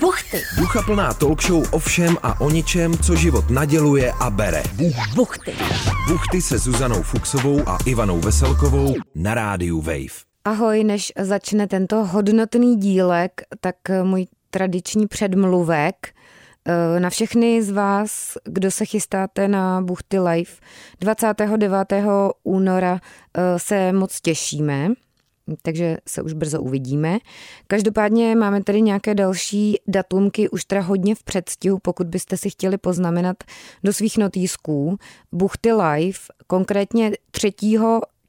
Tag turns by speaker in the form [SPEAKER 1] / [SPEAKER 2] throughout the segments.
[SPEAKER 1] Buchty.
[SPEAKER 2] Ducha plná talk show o všem a o ničem, co život naděluje a bere.
[SPEAKER 1] Buchty.
[SPEAKER 2] Buchty se Zuzanou Fuxovou a Ivanou Veselkovou na rádiu Wave.
[SPEAKER 3] Ahoj, než začne tento hodnotný dílek, tak eh, můj tradiční předmluvek eh, na všechny z vás, kdo se chystáte na Buchty Live 29. února eh, se moc těšíme, takže se už brzo uvidíme. Každopádně máme tady nějaké další datumky už teda hodně v předstihu, pokud byste si chtěli poznamenat do svých notýsků. Buchty Live, konkrétně 3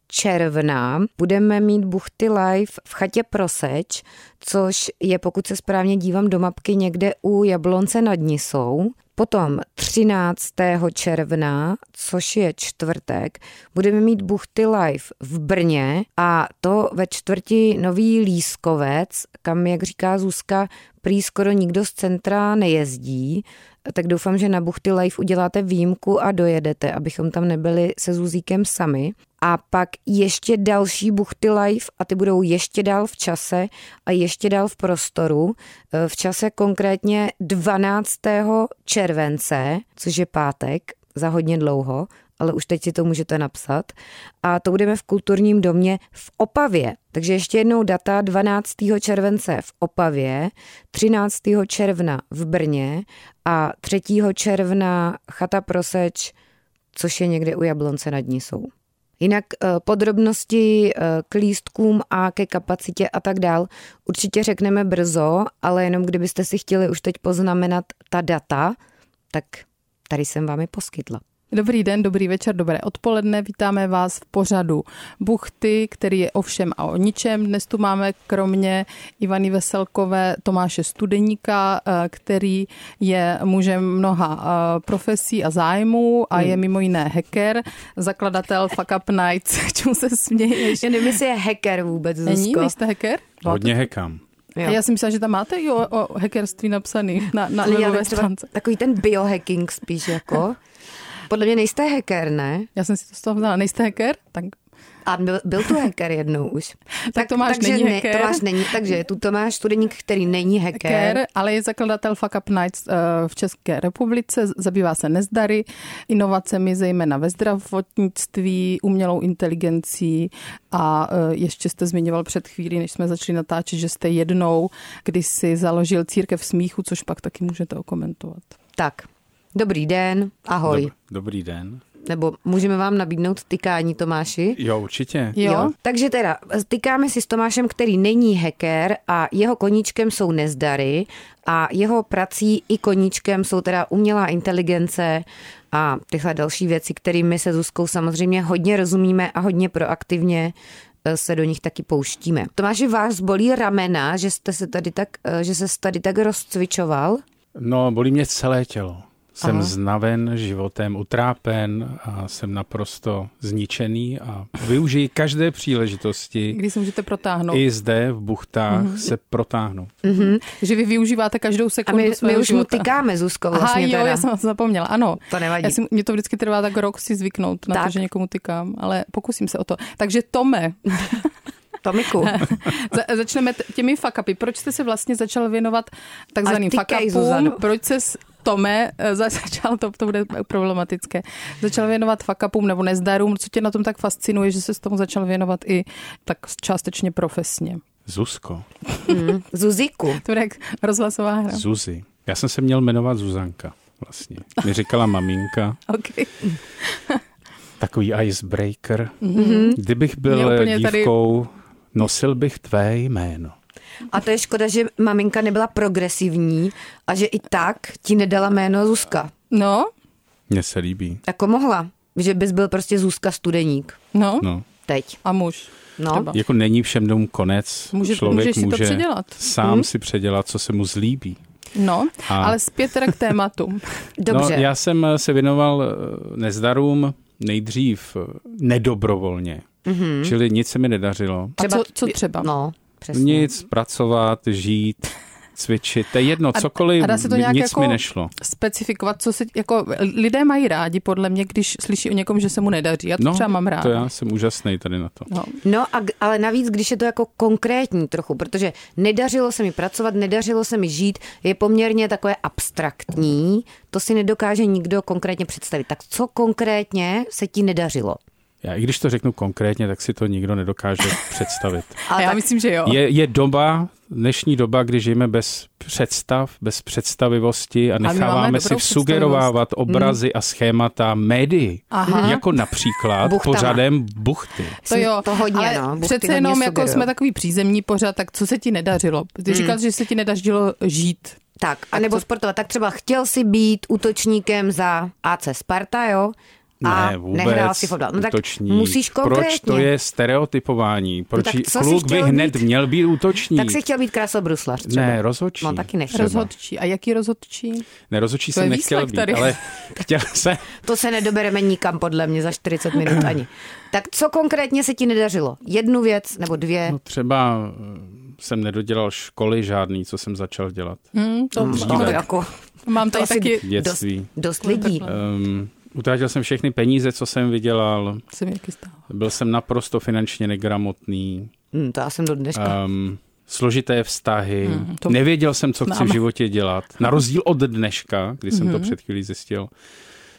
[SPEAKER 3] června budeme mít Buchty Live v chatě Proseč, což je, pokud se správně dívám do mapky, někde u Jablonce nad Nisou. Potom 13. června, což je čtvrtek, budeme mít Buchty Live v Brně a to ve čtvrti Nový Lískovec, kam, jak říká Zuzka, prý skoro nikdo z centra nejezdí, tak doufám, že na Buchty Live uděláte výjimku a dojedete, abychom tam nebyli se Zuzíkem sami. A pak ještě další Buchty Live a ty budou ještě dál v čase a ještě dál v prostoru. Eh, V čase konkrétně 12. července, což je pátek, za hodně dlouho, ale už teď si to můžete napsat. A to budeme v kulturním domě v Opavě. Takže ještě jednou data 12. července v Opavě, 13. června v Brně a 3. června Chata Proseč, což je někde u Jablonce nad Nisou. Jinak eh, podrobnosti eh, k lístkům a ke kapacitě a tak dál určitě řekneme brzo, ale jenom kdybyste si chtěli už teď poznamenat ta data, tak tady jsem vám je poskytla.
[SPEAKER 4] Dobrý den, dobrý večer, dobré odpoledne. Vítáme vás v pořadu Buchty, který je o všem a o ničem. Dnes tu máme kromě Ivany Veselkové Tomáše Studeníka, eh, který je mužem mnoha eh, profesí a zájmů a je mimo jiné hacker, zakladatel Fuck Up Nights. Čemu se směješ?
[SPEAKER 3] Já nevím, jestli je hacker vůbec,
[SPEAKER 4] Není?
[SPEAKER 3] Zuzko.
[SPEAKER 4] Nejste hacker?
[SPEAKER 5] Hodně hekám.
[SPEAKER 4] A Já si myslela, že tam máte i o, o hackerství napsaný na, na
[SPEAKER 3] Ale já
[SPEAKER 4] webové
[SPEAKER 3] bych třeba
[SPEAKER 4] stránce.
[SPEAKER 3] takový ten biohacking spíš jako. Podle mě nejste hacker, ne?
[SPEAKER 4] Já jsem si to z toho vzala. Nejste hacker? Tak
[SPEAKER 3] A byl, byl tu hacker jednou už. Tak,
[SPEAKER 4] Tomáš
[SPEAKER 3] takže
[SPEAKER 4] není hacker.
[SPEAKER 3] Tomáš není, takže tu Tomáš studeník, který není hacker.
[SPEAKER 4] Care, ale je zakladatel Fuck Up Nights eh, v České republice, zabývá se nezdary, inovacemi zejména ve zdravotnictví, umělou inteligencí a eh, ještě jste zmiňoval před chvílí, než jsme začali natáčet, že jste jednou kdysi založil církev smíchu, což pak taky můžete okomentovat.
[SPEAKER 3] Tak, dobrý den, ahoj.
[SPEAKER 5] Dob- dobrý den.
[SPEAKER 3] Nebo můžeme vám nabídnout tykání, Tomáši?
[SPEAKER 5] Jo, určitě.
[SPEAKER 4] Jo,
[SPEAKER 3] Takže teda, tykáme si s Tomášem, který není hacker a jeho koníčkem jsou nezdary a jeho prací i koníčkem jsou teda umělá inteligence a tyhle další věci, kterými se Zuzkou samozřejmě hodně rozumíme a hodně proaktivně eh, se do nich taky pouštíme. Tomáši, vás bolí ramena, že jste se tady tak, eh, že se tady tak rozcvičoval?
[SPEAKER 5] No, bolí mě celé tělo. Jsem
[SPEAKER 3] Aha.
[SPEAKER 5] Aha. znaven životem, utrápen a jsem naprosto zničený a využiji každé příležitosti
[SPEAKER 4] kdy si můžete protáhnout. I...
[SPEAKER 5] i zde v buchtách
[SPEAKER 4] Mhm.
[SPEAKER 5] se protáhnout.
[SPEAKER 4] Že vy využíváte každou
[SPEAKER 3] Mhm. A
[SPEAKER 4] sekundu
[SPEAKER 3] my, my
[SPEAKER 4] svého
[SPEAKER 3] už mu
[SPEAKER 4] života.
[SPEAKER 3] tykáme, Zuzko, vlastně
[SPEAKER 4] Aha, jo,
[SPEAKER 3] teda.
[SPEAKER 4] já jsem vás zapomněla, ano.
[SPEAKER 3] To nevadí.
[SPEAKER 4] Já si, mě to vždycky trvá tak rok si zvyknout na
[SPEAKER 3] Tak.
[SPEAKER 4] to, že někomu tykám, ale pokusím se o to. Takže Tome,
[SPEAKER 3] Tomiku.
[SPEAKER 4] za- začneme t- těmi fakapy. Proč jste se vlastně začal věnovat takzvaným
[SPEAKER 3] Ať tykej,
[SPEAKER 4] fakapům?
[SPEAKER 3] Zuzano.
[SPEAKER 4] Proč se s Tome eh, za- začal, to, to bude problematické, začal věnovat fakapům nebo nezdarům? Co tě na tom tak fascinuje, že se s tomu začal věnovat i tak částečně profesně?
[SPEAKER 5] Zuzko,
[SPEAKER 3] Zuziku.
[SPEAKER 4] To bude jak rozhlasová hra.
[SPEAKER 5] Zuzi. Já jsem se měl jmenovat Zuzanka vlastně. Mi říkala maminka.
[SPEAKER 4] Okay.
[SPEAKER 5] Takový icebreaker. Mm-hmm. Kdybych
[SPEAKER 4] Mhm. Mě
[SPEAKER 5] byl
[SPEAKER 4] úplně tady-
[SPEAKER 5] dívkou, nosil bych tvé jméno.
[SPEAKER 3] A to je škoda, že maminka nebyla progresivní a že i tak ti nedala jméno Zuzka.
[SPEAKER 4] No,
[SPEAKER 5] Mně se líbí.
[SPEAKER 3] Jako mohla, že bys byl prostě Zuzka studeník.
[SPEAKER 4] no.
[SPEAKER 5] No.
[SPEAKER 3] Teď.
[SPEAKER 4] A muž.
[SPEAKER 3] No.
[SPEAKER 4] Třeba.
[SPEAKER 5] Jako není všem domů konec.
[SPEAKER 4] Může-
[SPEAKER 5] Člověk
[SPEAKER 4] můžeš si to
[SPEAKER 5] může
[SPEAKER 4] předělat. Mhm.
[SPEAKER 5] sám si předělat, co se mu zlíbí.
[SPEAKER 4] No,
[SPEAKER 5] A-
[SPEAKER 4] ale zpět teda k tématu.
[SPEAKER 3] Dobře.
[SPEAKER 5] No, já jsem eh, se věnoval eh, nezdarům nejdřív eh, nedobrovolně.
[SPEAKER 4] Mhm.
[SPEAKER 5] Mm-hmm. Čili nic se mi nedařilo.
[SPEAKER 4] A co, co třeba?
[SPEAKER 3] No, přesně.
[SPEAKER 5] Nic, pracovat, žít, cvičit, to je jedno,
[SPEAKER 4] A-
[SPEAKER 5] cokoliv,
[SPEAKER 4] a dá se to nějak
[SPEAKER 5] nic
[SPEAKER 4] jako-
[SPEAKER 5] mi nešlo.
[SPEAKER 4] specifikovat, co se, jako lidé mají rádi, podle mě, když slyší o někom, že se mu nedaří. Já to no, třeba mám rád.
[SPEAKER 5] to já jsem úžasný tady na to.
[SPEAKER 4] No.
[SPEAKER 3] No, a, g- ale navíc, když je to jako konkrétní trochu, protože nedařilo se mi pracovat, nedařilo se mi žít, je poměrně takové abstraktní, to si nedokáže nikdo konkrétně představit. Tak co konkrétně se ti nedařilo?
[SPEAKER 5] Já, I když to řeknu konkrétně, tak si to nikdo nedokáže představit.
[SPEAKER 4] A
[SPEAKER 3] Ale
[SPEAKER 4] já
[SPEAKER 3] tak-
[SPEAKER 4] myslím, že jo.
[SPEAKER 5] Je, je doba, dnešní doba, kdy žijeme bez představ, bez představivosti a
[SPEAKER 4] my máme
[SPEAKER 5] necháváme si
[SPEAKER 4] dobrou
[SPEAKER 5] vsugerovávat
[SPEAKER 3] Mhm.
[SPEAKER 5] obrazy a schémata médií.
[SPEAKER 4] Aha.
[SPEAKER 5] Jako například
[SPEAKER 3] Buchtama.
[SPEAKER 5] pořadem Buchty.
[SPEAKER 4] To jo,
[SPEAKER 3] To hodně,
[SPEAKER 4] ale
[SPEAKER 3] no. buchty
[SPEAKER 4] přece
[SPEAKER 3] hodně
[SPEAKER 4] jenom jako
[SPEAKER 3] sugerujou.
[SPEAKER 4] jsme takový přízemní pořad, tak co se ti nedařilo?
[SPEAKER 3] Hmm.
[SPEAKER 4] Ty říkal, že se ti nedařilo žít.
[SPEAKER 3] Tak, anebo
[SPEAKER 4] co-
[SPEAKER 3] sportovat. Tak třeba chtěl si být útočníkem za AC Sparta, jo? A
[SPEAKER 5] ne, vůbec.
[SPEAKER 3] nehrál si fotbal. No tak
[SPEAKER 5] útočník.
[SPEAKER 3] musíš konkrétně. No
[SPEAKER 5] Proč to je stereotypování? Proč
[SPEAKER 3] tak
[SPEAKER 5] jí-
[SPEAKER 3] co jsi
[SPEAKER 5] kluk by
[SPEAKER 3] chtěl
[SPEAKER 5] hned
[SPEAKER 3] být?
[SPEAKER 5] měl být útočník?
[SPEAKER 3] Tak si chtěl být krasobruslař třeba.
[SPEAKER 5] Ne, rozhodčí.
[SPEAKER 3] No taky nechci.
[SPEAKER 5] Třeba.
[SPEAKER 4] Rozhodčí. A jaký rozhodčí?
[SPEAKER 5] Ne, rozhodčí
[SPEAKER 4] To je
[SPEAKER 5] jsem nechtěl
[SPEAKER 4] výslech
[SPEAKER 5] být,
[SPEAKER 4] tady.
[SPEAKER 5] ale chtěl jsem...
[SPEAKER 3] To se nedobereme nikam podle mě za 40 minut ani. Tak co konkrétně se ti nedařilo? Jednu věc nebo dvě?
[SPEAKER 5] No třeba eh, jsem nedodělal školy žádný, co jsem začal dělat.
[SPEAKER 4] Hm, to,
[SPEAKER 3] No,
[SPEAKER 4] to,
[SPEAKER 5] tak.
[SPEAKER 3] jako
[SPEAKER 4] mám tady
[SPEAKER 3] asi-
[SPEAKER 4] taky,
[SPEAKER 5] Dětství.
[SPEAKER 3] dost lidí.
[SPEAKER 5] Um, utratil jsem všechny peníze, co jsem vydělal.
[SPEAKER 4] se mi taky stalo.
[SPEAKER 5] Byl jsem naprosto finančně negramotný.
[SPEAKER 3] Hm, to já jsem do dneška.
[SPEAKER 5] Um, složité vztahy.
[SPEAKER 4] Mm,
[SPEAKER 5] Mm,
[SPEAKER 4] to
[SPEAKER 5] Nevěděl jsem, co chci
[SPEAKER 4] znám.
[SPEAKER 5] v životě dělat. Na rozdíl od dneška, kdy jsem to před chvílí zjistil.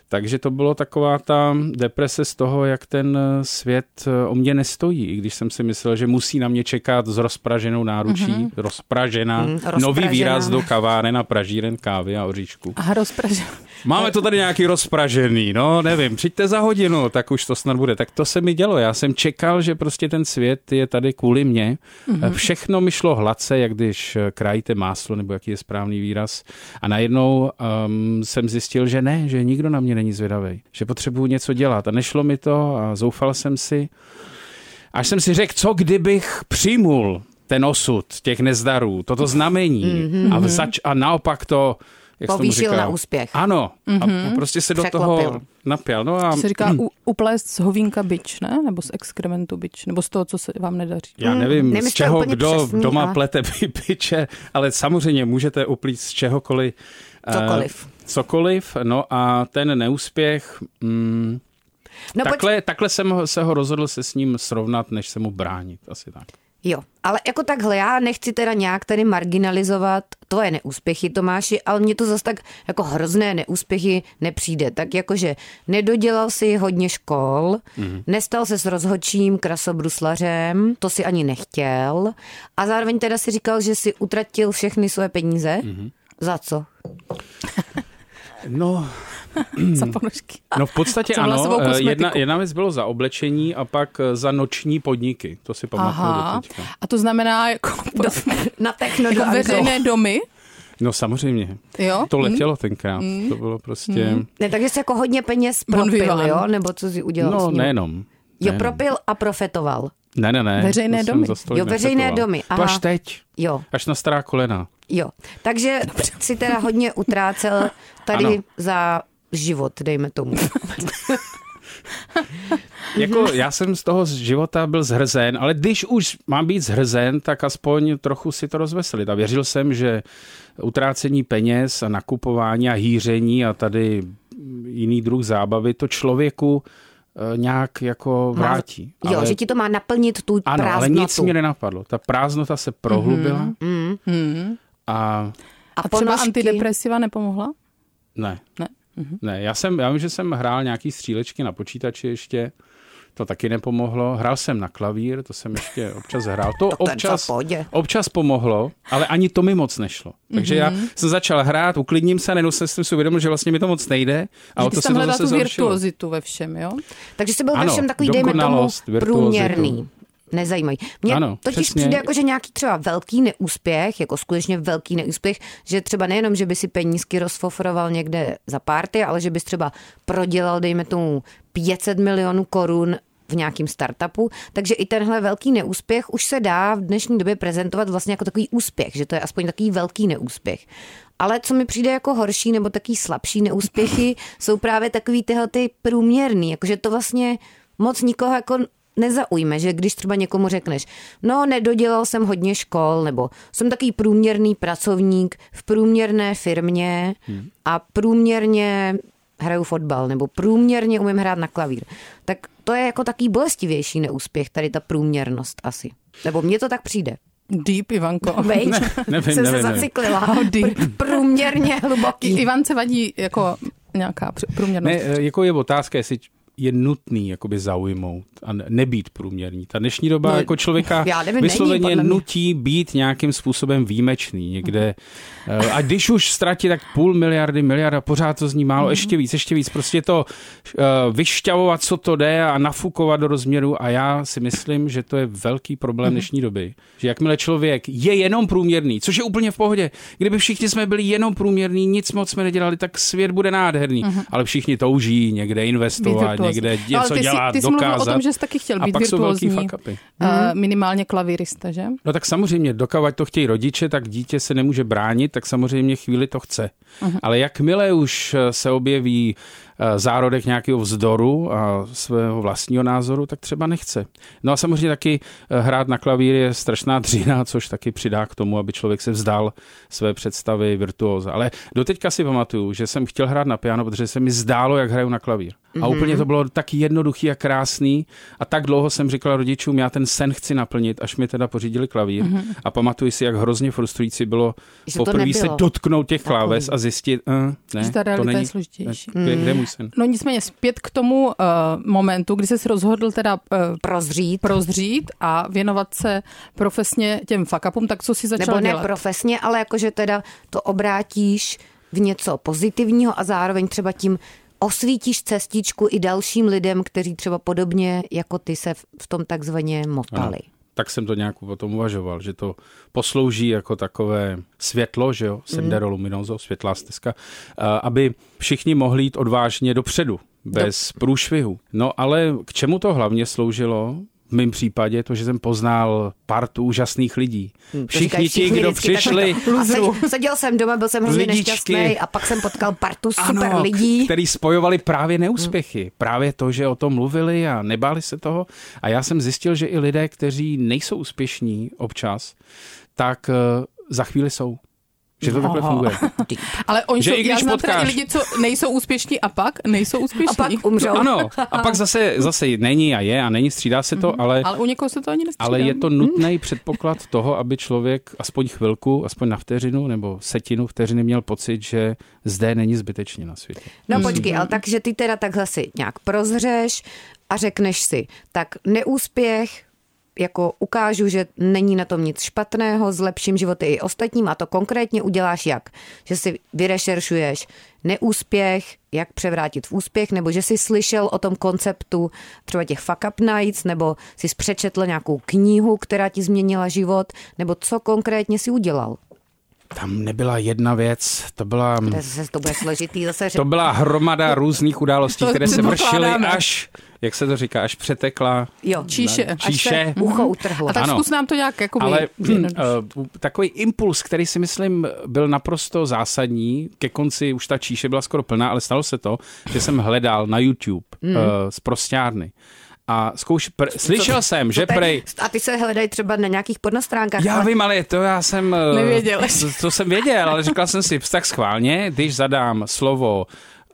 [SPEAKER 5] Takže to bylo taková ta deprese z toho, jak ten eh, svět eh, o mě nestojí, i když jsem si myslel, že musí na mě čekat s rozpraženou náručí, mm-hmm. rozpražená,
[SPEAKER 3] Mm,
[SPEAKER 5] mm,
[SPEAKER 3] rozpražená.
[SPEAKER 5] nový výraz do kaváren a pražíren kávy a oříšku.
[SPEAKER 4] A rozpražel.
[SPEAKER 5] Máme to tady nějaký rozpražený, no nevím, přijďte za hodinu, tak už to snad bude. Tak to se mi dělo, já jsem čekal, že prostě ten svět je tady kvůli mně.
[SPEAKER 3] Mhm.
[SPEAKER 5] Mm-hmm. Všechno mi šlo hladce, jak když eh, krájíte máslo, nebo jaký je správný výraz. A najednou um, jsem zjistil, že ne, že nikdo na mě není zvědavý, že potřebuju něco dělat. A nešlo mi to a zoufal jsem si. Až jsem si řekl, co kdybych přijmul ten osud těch nezdarů, toto znamení mm-hmm. a, vzač, a naopak to jak se tomu
[SPEAKER 3] Mhm. Povýšil
[SPEAKER 5] říká?
[SPEAKER 3] na úspěch. No,
[SPEAKER 5] Ano,
[SPEAKER 3] Mhm.
[SPEAKER 5] mm-hmm. a prostě se do
[SPEAKER 3] Překvapil.
[SPEAKER 5] toho napěl. No a
[SPEAKER 4] To se říká u, uplést z hovínka bič, ne? Nebo z exkrementu bič, nebo z toho, co se vám nedaří.
[SPEAKER 5] já
[SPEAKER 3] Mm,
[SPEAKER 5] nevím,
[SPEAKER 3] nevím,
[SPEAKER 5] z
[SPEAKER 3] jestli to je
[SPEAKER 5] čeho
[SPEAKER 3] úplně
[SPEAKER 5] kdo
[SPEAKER 3] přesný,
[SPEAKER 5] doma
[SPEAKER 3] ale-
[SPEAKER 5] plete piče, ale samozřejmě můžete uplít z čehokoliv. eh,
[SPEAKER 3] Cokoliv.
[SPEAKER 5] cokoliv, no a ten neúspěch, mm,
[SPEAKER 3] No pojď,
[SPEAKER 5] takhle, takhle jsem ho, se ho rozhodl se s ním srovnat, než se mu bránit, asi tak.
[SPEAKER 3] jo. Ale jako takhle, já nechci teda nějak tady marginalizovat tvoje neúspěchy, Tomáši, ale mně to zase tak jako hrozné neúspěchy nepřijde. Tak jakože nedodělal si hodně škol,
[SPEAKER 5] Mhm.
[SPEAKER 3] mm-hmm. nestal se s rozhodčím krasobruslařem, to si ani nechtěl a zároveň teda si říkal, že si utratil všechny svoje peníze.
[SPEAKER 5] Mhm.
[SPEAKER 3] Mm-hmm. Za co?
[SPEAKER 5] No,
[SPEAKER 4] Hmm. Za ponožky.
[SPEAKER 5] No v podstatě
[SPEAKER 4] Co byla s
[SPEAKER 5] ano,
[SPEAKER 4] ovou
[SPEAKER 5] eh,
[SPEAKER 4] kosmetikou?
[SPEAKER 5] jedna, jedna věc bylo za oblečení a pak eh, za noční podniky, to si pamatuju
[SPEAKER 4] Aha.
[SPEAKER 5] do teďka.
[SPEAKER 4] A to znamená jako,
[SPEAKER 3] Na techno do
[SPEAKER 4] jako
[SPEAKER 3] Anko.
[SPEAKER 4] veřejné domy,
[SPEAKER 5] No samozřejmě,
[SPEAKER 4] jo?
[SPEAKER 5] to
[SPEAKER 3] Mm.
[SPEAKER 5] letělo tenkrát, to bylo prostě...
[SPEAKER 3] Ne, takže jsi jako hodně peněz propil,
[SPEAKER 4] Vivan.
[SPEAKER 3] jo? Nebo co jsi udělal s
[SPEAKER 5] No
[SPEAKER 3] ním?
[SPEAKER 5] nejenom.
[SPEAKER 3] Jo,
[SPEAKER 5] nejenom.
[SPEAKER 3] propil a profetoval.
[SPEAKER 5] Ne, ne, ne.
[SPEAKER 4] Veřejné
[SPEAKER 5] to jsem
[SPEAKER 4] domy.
[SPEAKER 5] zas tolik
[SPEAKER 3] Jo, veřejné
[SPEAKER 5] necetoval.
[SPEAKER 3] domy,
[SPEAKER 5] To
[SPEAKER 3] aha. Mhm.
[SPEAKER 5] až teď.
[SPEAKER 3] Jo,
[SPEAKER 5] Až na stará kolena.
[SPEAKER 3] jo. Takže si teda hodně utrácel tady ano.
[SPEAKER 5] Ano.
[SPEAKER 3] za život, dejme tomu.
[SPEAKER 5] Jako já jsem z toho života byl zhrzen, ale když už mám být zhrzen, tak aspoň trochu si to rozveselit. A věřil jsem, že utrácení peněz a nakupování a hýření a tady jiný druh zábavy to člověku eh, nějak jako vrátí.
[SPEAKER 3] Jo, ale... že ti to má naplnit tu
[SPEAKER 5] ano,
[SPEAKER 3] prázdnotu. Mhm,
[SPEAKER 5] ale nic mě nenapadlo. Ta prázdnota se prohlubila a
[SPEAKER 3] A
[SPEAKER 4] A třeba
[SPEAKER 3] ponožky.
[SPEAKER 4] antidepresiva nepomohla?
[SPEAKER 5] ne.
[SPEAKER 4] Ne. Mhm.
[SPEAKER 5] Ne, já jsem, já vím, že jsem hrál nějaký střílečky na počítači ještě, to taky nepomohlo. Hrál jsem na klavír, to jsem ještě občas hrál. To,
[SPEAKER 3] to je v
[SPEAKER 5] občas,
[SPEAKER 3] pohodě.
[SPEAKER 5] občas pomohlo, ale ani to mi moc nešlo. Takže
[SPEAKER 4] Mhm.
[SPEAKER 5] mm-hmm. já jsem začal hrát, uklidním se, nejenom jsem si uvědomil, že vlastně mi to moc nejde. A o
[SPEAKER 4] Že ty
[SPEAKER 5] to se
[SPEAKER 4] tam
[SPEAKER 5] to
[SPEAKER 4] hledá
[SPEAKER 5] zase
[SPEAKER 4] tu
[SPEAKER 5] zhoršilo.
[SPEAKER 4] virtuozitu ve všem, jo?
[SPEAKER 3] Takže jsi byl ve
[SPEAKER 5] Ano,
[SPEAKER 3] všem takový, dejme tomu,
[SPEAKER 5] dokonalost, virtuozitu.
[SPEAKER 3] průměrný. Nezajímavý. Mně
[SPEAKER 5] Ano,
[SPEAKER 3] totiž
[SPEAKER 5] přesně.
[SPEAKER 3] přijde jako, že nějaký třeba velký neúspěch, jako skutečně velký neúspěch, že třeba nejenom, že by si penízky rozfoforoval někde za párty, ale že bys třeba prodělal, dejme tomu, 500 milionů korun v nějakém startupu, takže i tenhle velký neúspěch už se dá v dnešní době prezentovat vlastně jako takový úspěch, že to je aspoň takový velký neúspěch. Ale co mi přijde jako horší nebo takový slabší neúspěchy, jsou právě takový tyhle ty průměrný, jakože to vlastně moc nikoho jako nezaujme, že když třeba někomu řekneš, no nedodělal jsem hodně škol, nebo jsem takový průměrný pracovník v průměrné firmě
[SPEAKER 5] Hmm.
[SPEAKER 3] a průměrně hraju fotbal, nebo průměrně umím hrát na klavír, tak to je jako taký bolestivější neúspěch, tady ta průměrnost asi. Nebo mně to tak přijde.
[SPEAKER 4] Deep, Ivanko.
[SPEAKER 3] Vejď,
[SPEAKER 5] Ne,
[SPEAKER 3] jsem
[SPEAKER 5] nevím, nevím,
[SPEAKER 3] se
[SPEAKER 5] nevím.
[SPEAKER 3] zaciklila.
[SPEAKER 4] How deep?
[SPEAKER 3] Pr- průměrně hluboký.
[SPEAKER 4] I- Ivan se vadí jako nějaká př- průměrnost.
[SPEAKER 5] Ne, eh, jako je otázka, jestli č- je nutný jakoby zaujmout a ne- nebýt průměrný. Ta dnešní doba
[SPEAKER 4] No,
[SPEAKER 5] no, jako člověka
[SPEAKER 3] já nevím, není,
[SPEAKER 5] vysloveně
[SPEAKER 3] podle mě.
[SPEAKER 5] nutí být nějakým způsobem výjimečný někde. Eh, A když už ztratí tak půl miliardy, miliarda, pořád to zní
[SPEAKER 4] Mhm.
[SPEAKER 5] málo, ještě víc, ještě víc. Prostě to eh, vyšťavovat, co to jde a nafukovat do rozměru. A já si myslím, že to je velký
[SPEAKER 4] Mhm.
[SPEAKER 5] problém dnešní doby. Že jakmile člověk je jenom průměrný, což je úplně v pohodě, kdyby všichni jsme byli jenom průměrní, nic moc jsme nedělali, tak svět bude nádherný. Ale všichni touží někde investovat,
[SPEAKER 4] Mhm. virtuózní.
[SPEAKER 5] někde
[SPEAKER 4] No, ale
[SPEAKER 5] něco
[SPEAKER 4] ty
[SPEAKER 5] dělat,
[SPEAKER 4] jsi, ty jsi mluvil o
[SPEAKER 5] dokázat.
[SPEAKER 4] tom, že jsi taky chtěl
[SPEAKER 5] a
[SPEAKER 4] být
[SPEAKER 5] pak jsou velký
[SPEAKER 4] virtuózní.
[SPEAKER 5] fuck upy.
[SPEAKER 4] Eh,
[SPEAKER 3] Mhm.
[SPEAKER 4] minimálně klavírista, že?
[SPEAKER 5] No tak samozřejmě, dokavať to chtějí rodiče, tak dítě se nemůže bránit, tak samozřejmě chvíli to chce. Uh-huh. Ale jakmile už eh, se objeví eh, zárodek nějakého vzdoru a svého vlastního názoru, tak třeba nechce. No a samozřejmě taky eh, hrát na klavír je strašná dřina, což taky přidá k tomu, aby člověk se vzdal své představy virtuóza. Ale doteďka si pamatuju, že jsem chtěl hrát na piano, protože se mi zdálo, jak hraju na klavír. A úplně to bylo tak jednoduchý a krásný. A tak dlouho jsem říkal rodičům, já ten sen chci naplnit, až mi teda pořídili klavír. A pamatuju si, jak hrozně frustrující bylo
[SPEAKER 3] Že to
[SPEAKER 5] poprvé se
[SPEAKER 3] nebylo
[SPEAKER 5] dotknout těch
[SPEAKER 3] takový.
[SPEAKER 5] kláves a zjistit, uh, ne,
[SPEAKER 4] Že ta
[SPEAKER 5] to
[SPEAKER 4] realita
[SPEAKER 5] není.
[SPEAKER 4] je složitější.
[SPEAKER 5] Kde, kde je můj sen?
[SPEAKER 4] No nicméně zpět k tomu uh, momentu, kdy jsi se rozhodl teda uh,
[SPEAKER 3] Prozřít.
[SPEAKER 4] prozřít a věnovat se profesně těm fakapům, tak co si začal
[SPEAKER 3] Nebo ne
[SPEAKER 4] dělat?
[SPEAKER 3] profesně, ale jakože teda to obrátíš v něco pozitivního a zároveň třeba tím osvítíš cestičku i dalším lidem, kteří třeba podobně jako ty se v v tom takzvaně motali.
[SPEAKER 5] Tak jsem to nějak potom uvažoval, že to poslouží jako takové světlo, že
[SPEAKER 3] Mm.
[SPEAKER 5] jo, sendero luminoso, světlá stezka, a aby všichni mohli jít odvážně dopředu, bez průšvihu. No ale k čemu to hlavně sloužilo? V mém případě je to, že jsem poznal partu úžasných lidí.
[SPEAKER 3] Hm,
[SPEAKER 5] Všichni ti, kdo
[SPEAKER 3] vždycky
[SPEAKER 5] přišli,
[SPEAKER 3] takhle to- A se- seděl jsem doma, byl jsem hrozně
[SPEAKER 5] Lidičky.
[SPEAKER 3] nešťastný a pak jsem potkal partu super
[SPEAKER 5] k-
[SPEAKER 3] lidí.
[SPEAKER 5] který spojovali právě neúspěchy. Právě to, že o tom mluvili a nebáli se toho. A já jsem zjistil, že i lidé, kteří nejsou úspěšní občas, tak eh, za chvíli jsou. Že to takhle funguje.
[SPEAKER 4] Ale oni
[SPEAKER 5] Že
[SPEAKER 4] jsou,
[SPEAKER 5] i když
[SPEAKER 4] já znám teda i
[SPEAKER 5] potkáš-
[SPEAKER 4] lidi, co nejsou úspěšní a pak nejsou
[SPEAKER 3] A
[SPEAKER 4] úspěšní.
[SPEAKER 3] pak umřou.
[SPEAKER 5] Ano, a pak zase, zase není a je a není, střídá se
[SPEAKER 3] Mhm.
[SPEAKER 5] to, ale,
[SPEAKER 4] Ale u někoho se to ani nestřídá.
[SPEAKER 5] ale je to nutný předpoklad toho, aby člověk aspoň chvilku, aspoň na vteřinu nebo setinu vteřiny měl pocit, že zde není zbytečně na světě.
[SPEAKER 3] No počkej, ale takže ty teda takhle si nějak prozřeš a řekneš si, tak neúspěch, jako ukážu, že není na tom nic špatného, zlepším životy i ostatním a to konkrétně uděláš jak? Že si vyrešeršuješ neúspěch, jak převrátit v úspěch, nebo že jsi slyšel o tom konceptu třeba těch fuck up nights, nebo jsi přečetl nějakou knihu, která ti změnila život, nebo co konkrétně si udělal?
[SPEAKER 5] Tam nebyla jedna věc, to byla...
[SPEAKER 3] To, je zase, to bude složitý zase
[SPEAKER 5] To byla hromada různých událostí,
[SPEAKER 4] To
[SPEAKER 5] které se vršily
[SPEAKER 4] předpokládáme.
[SPEAKER 5] až, jak se to říká, až přetekla
[SPEAKER 3] jo.
[SPEAKER 4] Číše. Až se-
[SPEAKER 5] číše.
[SPEAKER 3] Ucho utrhlo.
[SPEAKER 4] A tak
[SPEAKER 5] Ano.
[SPEAKER 4] zkus nám to nějak jako
[SPEAKER 5] Ale
[SPEAKER 4] vy-
[SPEAKER 5] uh, takový impuls, který si myslím byl naprosto zásadní, ke konci už ta číše byla skoro plná, ale stalo se to, že jsem hledal na YouTube
[SPEAKER 4] Hmm.
[SPEAKER 5] mm. uh, z prostěrny. A zkouš, pr- slyšel jsem, že
[SPEAKER 3] To je-
[SPEAKER 5] prej,
[SPEAKER 3] A ty se hledají třeba na nějakých pornostránkách.
[SPEAKER 5] Já
[SPEAKER 3] ale
[SPEAKER 5] vím, ale to já jsem... eh,
[SPEAKER 4] Nevěděl.
[SPEAKER 5] To, to jsem věděl, ale říkal jsem si, tak schválně, když zadám slovo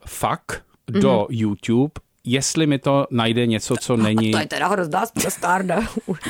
[SPEAKER 5] fuck do mm-hmm. YouTube, jestli mi to najde něco, co není...
[SPEAKER 3] To je teda hrozná no. stárda.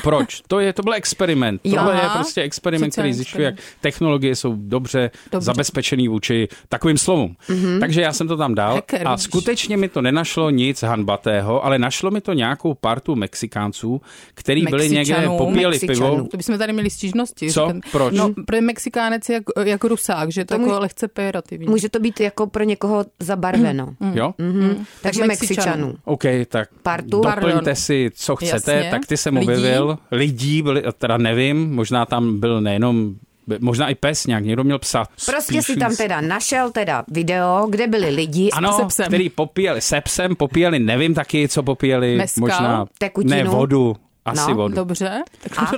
[SPEAKER 5] Proč? To je, to byl experiment.
[SPEAKER 4] Jo.
[SPEAKER 5] Tohle je
[SPEAKER 4] Aha.
[SPEAKER 5] prostě experiment, který
[SPEAKER 4] Sociální
[SPEAKER 5] zjišťuje, jak technologie jsou dobře,
[SPEAKER 4] Dobře.
[SPEAKER 5] dobře. zabezpečený vůči takovým slovům. Mm-hmm. Takže já jsem to tam dal
[SPEAKER 4] Hacker,
[SPEAKER 5] a
[SPEAKER 4] vidíš.
[SPEAKER 5] skutečně mi to nenašlo nic hanbatého, ale našlo mi to nějakou partu Mexikánců, který eh, byli někde,
[SPEAKER 4] Mexičanů.
[SPEAKER 5] popíjeli pivo,
[SPEAKER 3] Mexičanů.
[SPEAKER 4] To bychom tady měli stížnosti.
[SPEAKER 5] Co?
[SPEAKER 4] že ten-
[SPEAKER 5] Proč?
[SPEAKER 4] No, pro Mexikánec je jak, jako rusák, že
[SPEAKER 3] To
[SPEAKER 4] to jako
[SPEAKER 3] může-
[SPEAKER 4] lehce pejorativní.
[SPEAKER 3] Může to být jako pro někoho zabarveno.
[SPEAKER 5] jo?
[SPEAKER 3] Mhm. Takže
[SPEAKER 4] Mexičanů.
[SPEAKER 3] Mexičanů.
[SPEAKER 5] OK, tak
[SPEAKER 3] Partu?
[SPEAKER 5] doplňte
[SPEAKER 4] Pardon.
[SPEAKER 5] si, co chcete,
[SPEAKER 4] Jasně.
[SPEAKER 5] tak ty jsem
[SPEAKER 4] Lidí?
[SPEAKER 5] objevil. Lidí, byli, teda nevím, možná tam byl nejenom, možná i pes nějak, někdo měl psa.
[SPEAKER 3] Prostě si
[SPEAKER 5] Spíš-
[SPEAKER 3] tam teda našel teda video, kde byli lidi.
[SPEAKER 5] ano,
[SPEAKER 4] se psem.
[SPEAKER 5] který popíjeli se psem, popíjeli, nevím taky, co popíjeli,
[SPEAKER 4] Mezcal,
[SPEAKER 5] možná,
[SPEAKER 3] tekutinu.
[SPEAKER 5] ne, vodu, asi
[SPEAKER 3] No,
[SPEAKER 5] vodu.
[SPEAKER 4] Dobře. Tak
[SPEAKER 3] A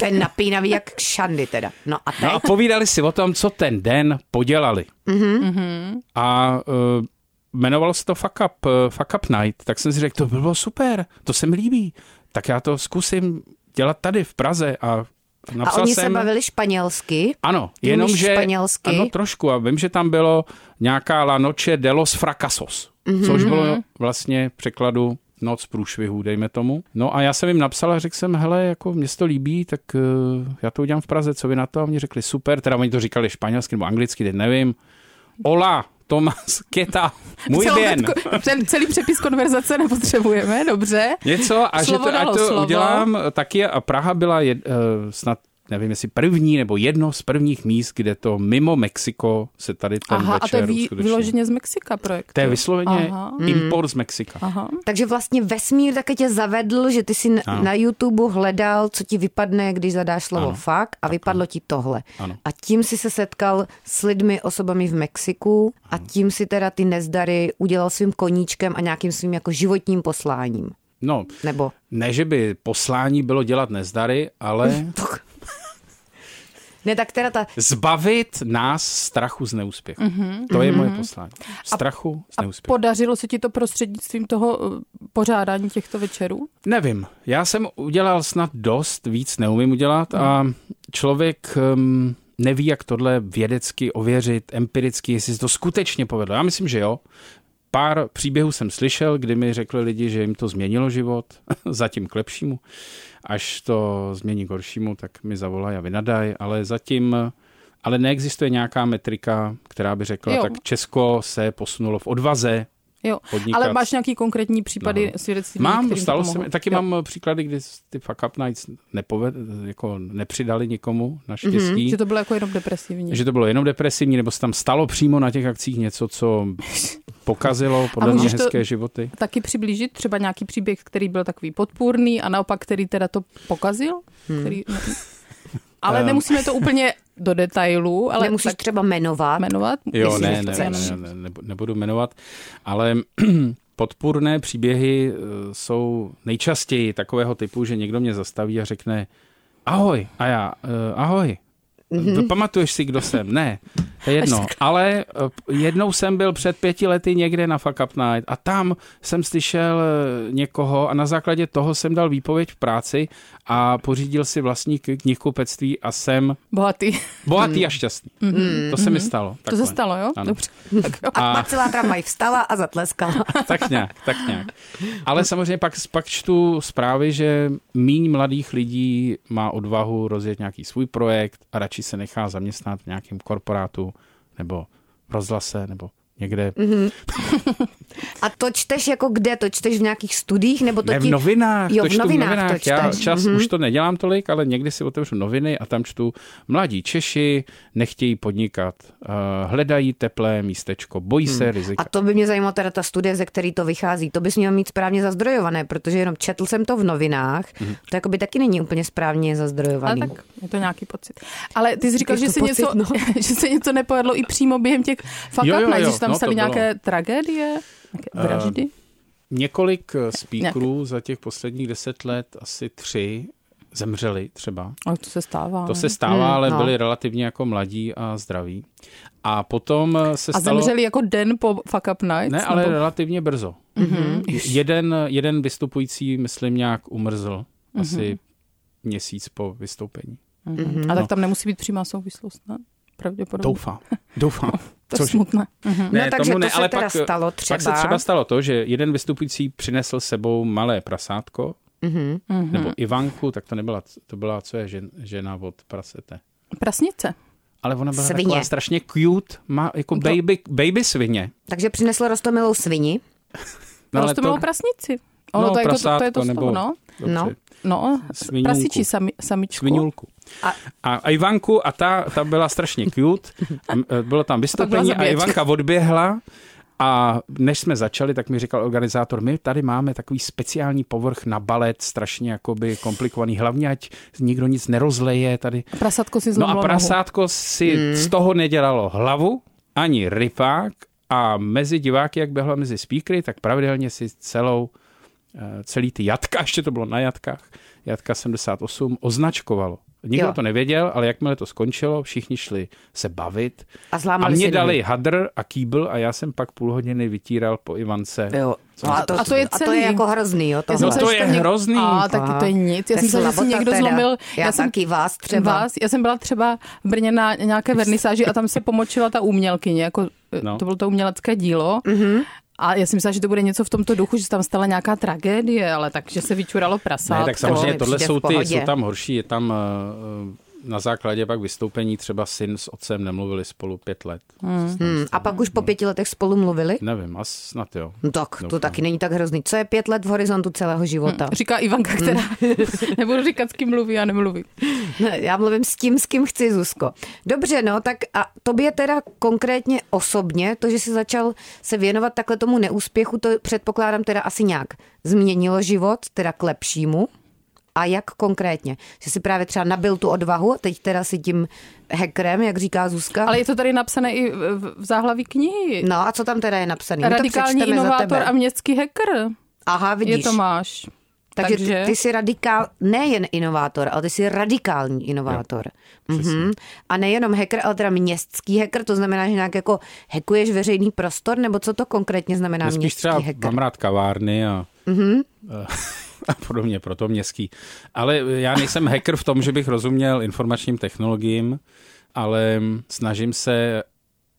[SPEAKER 3] ten napínavý jak šandy teda. No a teď?
[SPEAKER 5] No a povídali si o tom, co ten den podělali. Mm-hmm. A uh, eh, jmenovalo se to fuck up, eh, fuck up Night, tak jsem si řekl, to bylo super, to se mi líbí. tak já to zkusím dělat tady v Praze a
[SPEAKER 3] A
[SPEAKER 5] napsal
[SPEAKER 3] oni
[SPEAKER 5] jsem...
[SPEAKER 3] se bavili španělsky.
[SPEAKER 5] Ano,
[SPEAKER 3] Ty umíš
[SPEAKER 5] jenomže...
[SPEAKER 3] španělsky?
[SPEAKER 5] Ano, trošku. A vím, že tam bylo nějaká La Noche de los Fracasos, mm-hmm. což bylo vlastně v překladu noc průšvihů, dejme tomu. No a já jsem jim napsal a řekl jsem, hele, jako mě se to líbí, tak uh, já to udělám v Praze, co vy na to? A oni řekli, super, teda oni to říkali španělsky nebo anglicky, teď nevím. Hola, Tomás, Keta, muy
[SPEAKER 4] Celou
[SPEAKER 5] bien.
[SPEAKER 4] větku- ten celý přepis konverzace nepotřebujeme, dobře.
[SPEAKER 5] Něco a
[SPEAKER 4] Slovo
[SPEAKER 5] že to,
[SPEAKER 4] dalo
[SPEAKER 5] ať to
[SPEAKER 4] slovo.
[SPEAKER 5] udělám taky a Praha byla jed, eh, snad nevím, jestli první nebo jedno z prvních míst, kde to mimo Mexiko se tady ten
[SPEAKER 4] Aha, a to
[SPEAKER 5] večer
[SPEAKER 4] je vý,
[SPEAKER 5] uskutečnil.
[SPEAKER 4] vyloženě z Mexika projekt.
[SPEAKER 5] To je vysloveně Mm.
[SPEAKER 4] Aha.
[SPEAKER 5] import z Mexika.
[SPEAKER 4] Aha.
[SPEAKER 3] Takže vlastně vesmír také tě zavedl, že ty si n-
[SPEAKER 5] Ano.
[SPEAKER 3] na YouTube hledal, co ti vypadne, když zadáš slovo
[SPEAKER 5] Ano.
[SPEAKER 3] fuck a vypadlo ti tohle.
[SPEAKER 5] Ano.
[SPEAKER 3] A tím si se setkal s lidmi, osobami v Mexiku a tím si teda ty nezdary udělal svým koníčkem a nějakým svým jako životním posláním.
[SPEAKER 5] No,
[SPEAKER 3] Nebo
[SPEAKER 5] ne, že by poslání bylo dělat nezdary, ale
[SPEAKER 3] ne, tak teda ta,
[SPEAKER 5] zbavit nás strachu z neúspěchu.
[SPEAKER 4] Mhm,
[SPEAKER 5] To je moje poslání. Strachu z neúspěchu.
[SPEAKER 4] Podařilo se ti to prostřednictvím toho eh, pořádání těchto večerů?
[SPEAKER 5] Nevím, já jsem udělal snad dost, víc neumím udělat a člověk um, neví, jak tohle vědecky ověřit, empiricky, jestli se to skutečně povedlo. Já myslím, že jo. Pár příběhů jsem slyšel, kdy mi řekli lidi, že jim to změnilo život, zatím k lepšímu. Až to změní k horšímu, tak mi zavolají a vynadají, ale zatím ale neexistuje nějaká metrika, která by řekla,
[SPEAKER 4] Jo.
[SPEAKER 5] jo. tak Česko se posunulo v odvaze
[SPEAKER 4] Jo,
[SPEAKER 5] Podnikat.
[SPEAKER 4] ale máš nějaký konkrétní případy no. svědectví?
[SPEAKER 5] Mám,
[SPEAKER 4] kterým to
[SPEAKER 5] stalo se
[SPEAKER 4] pomohlo?
[SPEAKER 5] mi, taky
[SPEAKER 4] Jo.
[SPEAKER 5] mám eh, příklady, kdy ty fuck up nights nepoved, jako nepřidali nikomu naštěstí.
[SPEAKER 4] Že
[SPEAKER 5] Mm-hmm.
[SPEAKER 4] to bylo jako jenom depresivní.
[SPEAKER 5] Že to bylo jenom depresivní, nebo se tam stalo přímo na těch akcích něco, co pokazilo podle mě
[SPEAKER 4] můžeš to-
[SPEAKER 5] hezké životy.
[SPEAKER 4] Taky přiblížit třeba nějaký příběh, který byl takový podpůrný a naopak, který teda to pokazil? Hmm. Který... Ale
[SPEAKER 5] Ehm.
[SPEAKER 4] nemusíme to úplně do detailů, ale
[SPEAKER 3] ale musíš
[SPEAKER 4] tak
[SPEAKER 3] třeba jmenovat.
[SPEAKER 4] jmenovat.
[SPEAKER 5] Jo,
[SPEAKER 4] jestli
[SPEAKER 5] ne, ne, ne,
[SPEAKER 4] nechceš.
[SPEAKER 5] ne, ne, ne, nebudu jmenovat, ale podpůrné příběhy eh, jsou nejčastěji takového typu, že někdo mě zastaví a řekne ahoj, a já eh, ahoj.
[SPEAKER 4] Mhm.
[SPEAKER 5] Mm-hmm. Pamatuješ si, kdo jsem? Ne, to je jedno. Ale eh, jednou jsem byl před pěti lety někde na Fuck Up Night a tam jsem slyšel eh, někoho a na základě toho jsem dal výpověď v práci a pořídil si vlastní k- knihkupectví a jsem
[SPEAKER 4] Bohatý.
[SPEAKER 5] bohatý a šťastný. To se mi stalo.
[SPEAKER 4] Mhm. To se
[SPEAKER 5] takhle.
[SPEAKER 4] stalo, jo?
[SPEAKER 5] Ano.
[SPEAKER 4] Dobře. Tak jo.
[SPEAKER 3] A celá tramvaj vstala a zatleskala.
[SPEAKER 5] tak nějak, tak nějak. Ale samozřejmě pak, pak čtu zprávy, že míň mladých lidí má odvahu rozjet nějaký svůj projekt a radši se nechá zaměstnat v nějakém korporátu nebo v rozhlase nebo někde.
[SPEAKER 3] Mhm, A to čteš jako kde? To čteš v nějakých studiích? Nebo to
[SPEAKER 5] Ne, v
[SPEAKER 3] ti...
[SPEAKER 5] novinách,
[SPEAKER 3] Jo,
[SPEAKER 5] to
[SPEAKER 3] v
[SPEAKER 5] čtu
[SPEAKER 3] novinách
[SPEAKER 5] v novinách.
[SPEAKER 3] to
[SPEAKER 5] Já
[SPEAKER 3] čteš. Mhm.
[SPEAKER 5] čas mm-hmm. už to nedělám tolik, ale někdy si otevřu noviny a tam čtu mladí Češi nechtějí podnikat, eh, hledají teplé místečko, bojí se rizika.
[SPEAKER 3] Mhm. A to by mě zajímalo teda ta studie, ze který to vychází. To bys měl mít správně zazdrojované, protože jenom četl jsem to v novinách.
[SPEAKER 5] Mhm.
[SPEAKER 3] To jako by taky není úplně správně
[SPEAKER 4] Ale
[SPEAKER 3] zazdrojovaný.
[SPEAKER 4] tak je to nějak pocit. Ale ty jsi říkal,
[SPEAKER 3] Je
[SPEAKER 4] že
[SPEAKER 3] to
[SPEAKER 4] se,
[SPEAKER 3] pocit,
[SPEAKER 4] něco,
[SPEAKER 3] no.
[SPEAKER 4] že se něco nepovedlo i přímo během těch fuck
[SPEAKER 5] Jo,
[SPEAKER 4] up
[SPEAKER 5] jo,
[SPEAKER 4] nights,
[SPEAKER 5] jo,
[SPEAKER 4] že tam
[SPEAKER 5] no, to
[SPEAKER 4] staly
[SPEAKER 5] bylo. Eh,
[SPEAKER 4] nějaké tragédie, nějaké vraždy.
[SPEAKER 5] Několik eh, speakerů za těch posledních deset let, asi tři, zemřeli třeba.
[SPEAKER 4] Ale to se stává.
[SPEAKER 5] To
[SPEAKER 4] ne?
[SPEAKER 5] se stává, ale
[SPEAKER 3] no.
[SPEAKER 5] byli relativně jako mladí a zdraví. A potom eh, se
[SPEAKER 4] a
[SPEAKER 5] stalo...
[SPEAKER 4] zemřeli jako den po fuck up nights?
[SPEAKER 5] Ne, ale
[SPEAKER 4] nebo-
[SPEAKER 5] relativně brzo.
[SPEAKER 3] Mhm.
[SPEAKER 5] Mm-hmm. Jeden, jeden vystupující, myslím, nějak umrzl. Asi
[SPEAKER 3] Mhm.
[SPEAKER 5] měsíc po vystoupení.
[SPEAKER 4] Mhm. A
[SPEAKER 5] No.
[SPEAKER 4] tak tam nemusí být přímá souvislost, ne? Pravděpodobně.
[SPEAKER 5] Doufám. Doufám.
[SPEAKER 4] To je smutné.
[SPEAKER 3] No takže to se teda stalo
[SPEAKER 5] Pak se
[SPEAKER 3] třeba.
[SPEAKER 5] třeba stalo to, že jeden vystupující přinesl sebou malé prasátko,
[SPEAKER 3] Mhm.
[SPEAKER 5] mm-hmm. nebo Ivanku, tak to nebyla, to byla, co je žen, žena od prasete.
[SPEAKER 4] Prasnice.
[SPEAKER 5] Ale ona byla
[SPEAKER 3] Svině.
[SPEAKER 5] taková strašně cute, má jako baby, baby svině.
[SPEAKER 3] Takže přinesl rostomilou svini.
[SPEAKER 4] No,
[SPEAKER 5] ale
[SPEAKER 4] prostě to bylo prasnici. Ono,
[SPEAKER 5] no,
[SPEAKER 4] to, je jako, to,
[SPEAKER 5] prasátko
[SPEAKER 4] to je to slovo,
[SPEAKER 5] nebo
[SPEAKER 4] no.
[SPEAKER 5] dobře,
[SPEAKER 3] No.
[SPEAKER 4] No,
[SPEAKER 5] Svinulku.
[SPEAKER 4] prasičí sami, samičku.
[SPEAKER 5] Svinulku.
[SPEAKER 3] A-
[SPEAKER 5] A, a Ivanku, a ta, ta byla strašně cute. A, m- e, bylo tam vystoupení a,
[SPEAKER 4] zabíječka.
[SPEAKER 5] Ivanka odběhla. A než jsme začali, tak mi říkal organizátor, my tady máme takový speciální povrch na balet, strašně jakoby komplikovaný, hlavně ať nikdo nic nerozleje tady.
[SPEAKER 4] Prasatko si
[SPEAKER 5] No
[SPEAKER 4] zlomilo
[SPEAKER 5] a
[SPEAKER 4] nohu.
[SPEAKER 5] prasátko si mm. z toho nedělalo hlavu, ani rypák a mezi diváky, jak běhla mezi speakery, tak pravidelně si celou, eh, celý ty jatka, ještě to bylo na jatkách, jatka 78, označkovalo. Nikdo
[SPEAKER 3] Jo.
[SPEAKER 5] jo. to nevěděl, ale jakmile to skončilo, všichni šli se bavit.
[SPEAKER 3] A
[SPEAKER 5] A
[SPEAKER 3] zlámali
[SPEAKER 5] mě
[SPEAKER 3] si
[SPEAKER 5] dali
[SPEAKER 3] nohy.
[SPEAKER 5] hadr a kýbl a já jsem pak půl hodiny vytíral po Ivance.
[SPEAKER 3] Jo.
[SPEAKER 5] Co
[SPEAKER 3] a,
[SPEAKER 5] to-
[SPEAKER 3] to,
[SPEAKER 4] a to je
[SPEAKER 3] a to
[SPEAKER 4] cený.
[SPEAKER 3] je jako hrozný, jo,
[SPEAKER 4] Já
[SPEAKER 3] tohle.
[SPEAKER 4] jsem
[SPEAKER 5] No
[SPEAKER 4] se
[SPEAKER 5] to
[SPEAKER 4] ještě
[SPEAKER 5] je hrozný.
[SPEAKER 4] A tak to je nic. Já
[SPEAKER 3] To je
[SPEAKER 4] jsem se, že si
[SPEAKER 3] slabota
[SPEAKER 4] někdo
[SPEAKER 3] teda.
[SPEAKER 4] zlomil.
[SPEAKER 3] Já
[SPEAKER 4] jsem,
[SPEAKER 3] taky vás třeba.
[SPEAKER 4] Vás. Já jsem byla třeba v Brně na nějaké vernisáži a tam se pomočila ta umělkyně. Jako, no.
[SPEAKER 5] No.
[SPEAKER 4] To bylo to umělecké dílo.
[SPEAKER 3] Mhm.
[SPEAKER 4] Mm-hmm. A já si myslela, že to bude něco v tomto duchu, že se tam stala nějaká tragédie, ale tak, že se vyčuralo prasátko. Prostě
[SPEAKER 5] Ne, tak samozřejmě
[SPEAKER 3] mi
[SPEAKER 5] tohle
[SPEAKER 3] přijde
[SPEAKER 5] jsou
[SPEAKER 3] v
[SPEAKER 5] ty,
[SPEAKER 3] pohodě.
[SPEAKER 5] jsou tam horší, je tam eh, na základě pak vystoupení třeba syn s otcem nemluvili spolu pět let. Hmm.
[SPEAKER 3] Hmm, a pak už po pěti letech spolu mluvili?
[SPEAKER 5] Nevím, asi snad jo.
[SPEAKER 3] No tak, to taky není tak hrozný. Co je pět let v horizontu celého života?
[SPEAKER 4] Říká Ivanka,
[SPEAKER 3] Hmm.
[SPEAKER 4] která nebudu říkat, s kým mluví a nemluví.
[SPEAKER 3] Já mluvím s tím, s kým chci, Zuzko. Dobře, no, tak a tobě teda konkrétně osobně, to, že jsi začal se věnovat takhle tomu neúspěchu, to předpokládám teda asi nějak změnilo život, teda k lepšímu. A jak konkrétně? Že jsi právě třeba nabil tu odvahu, teď teda si tím hackerem, jak říká Zuzka.
[SPEAKER 4] Ale je to tady napsané i v, v záhlaví knihy.
[SPEAKER 3] No a co tam teda je napsané? My to
[SPEAKER 4] Radikální
[SPEAKER 3] přečteme za
[SPEAKER 4] inovátor
[SPEAKER 3] tebe.
[SPEAKER 4] a městský hacker.
[SPEAKER 3] Aha, vidíš.
[SPEAKER 4] Je to máš.
[SPEAKER 3] Takže, takže... Ty, ty jsi radikál, nejen inovátor, ale ty jsi radikální inovátor. Mhm. A nejenom hacker, ale teda městský hacker, to znamená, že nějak jako hackuješ veřejný prostor, nebo co to konkrétně znamená
[SPEAKER 5] Já spíš
[SPEAKER 3] městský
[SPEAKER 5] třeba
[SPEAKER 3] hacker? Mhm.
[SPEAKER 5] mám rád kavárny a, eh, a podobně, proto městský. Ale já nejsem hacker v tom, že bych rozuměl informačním technologiím, ale snažím se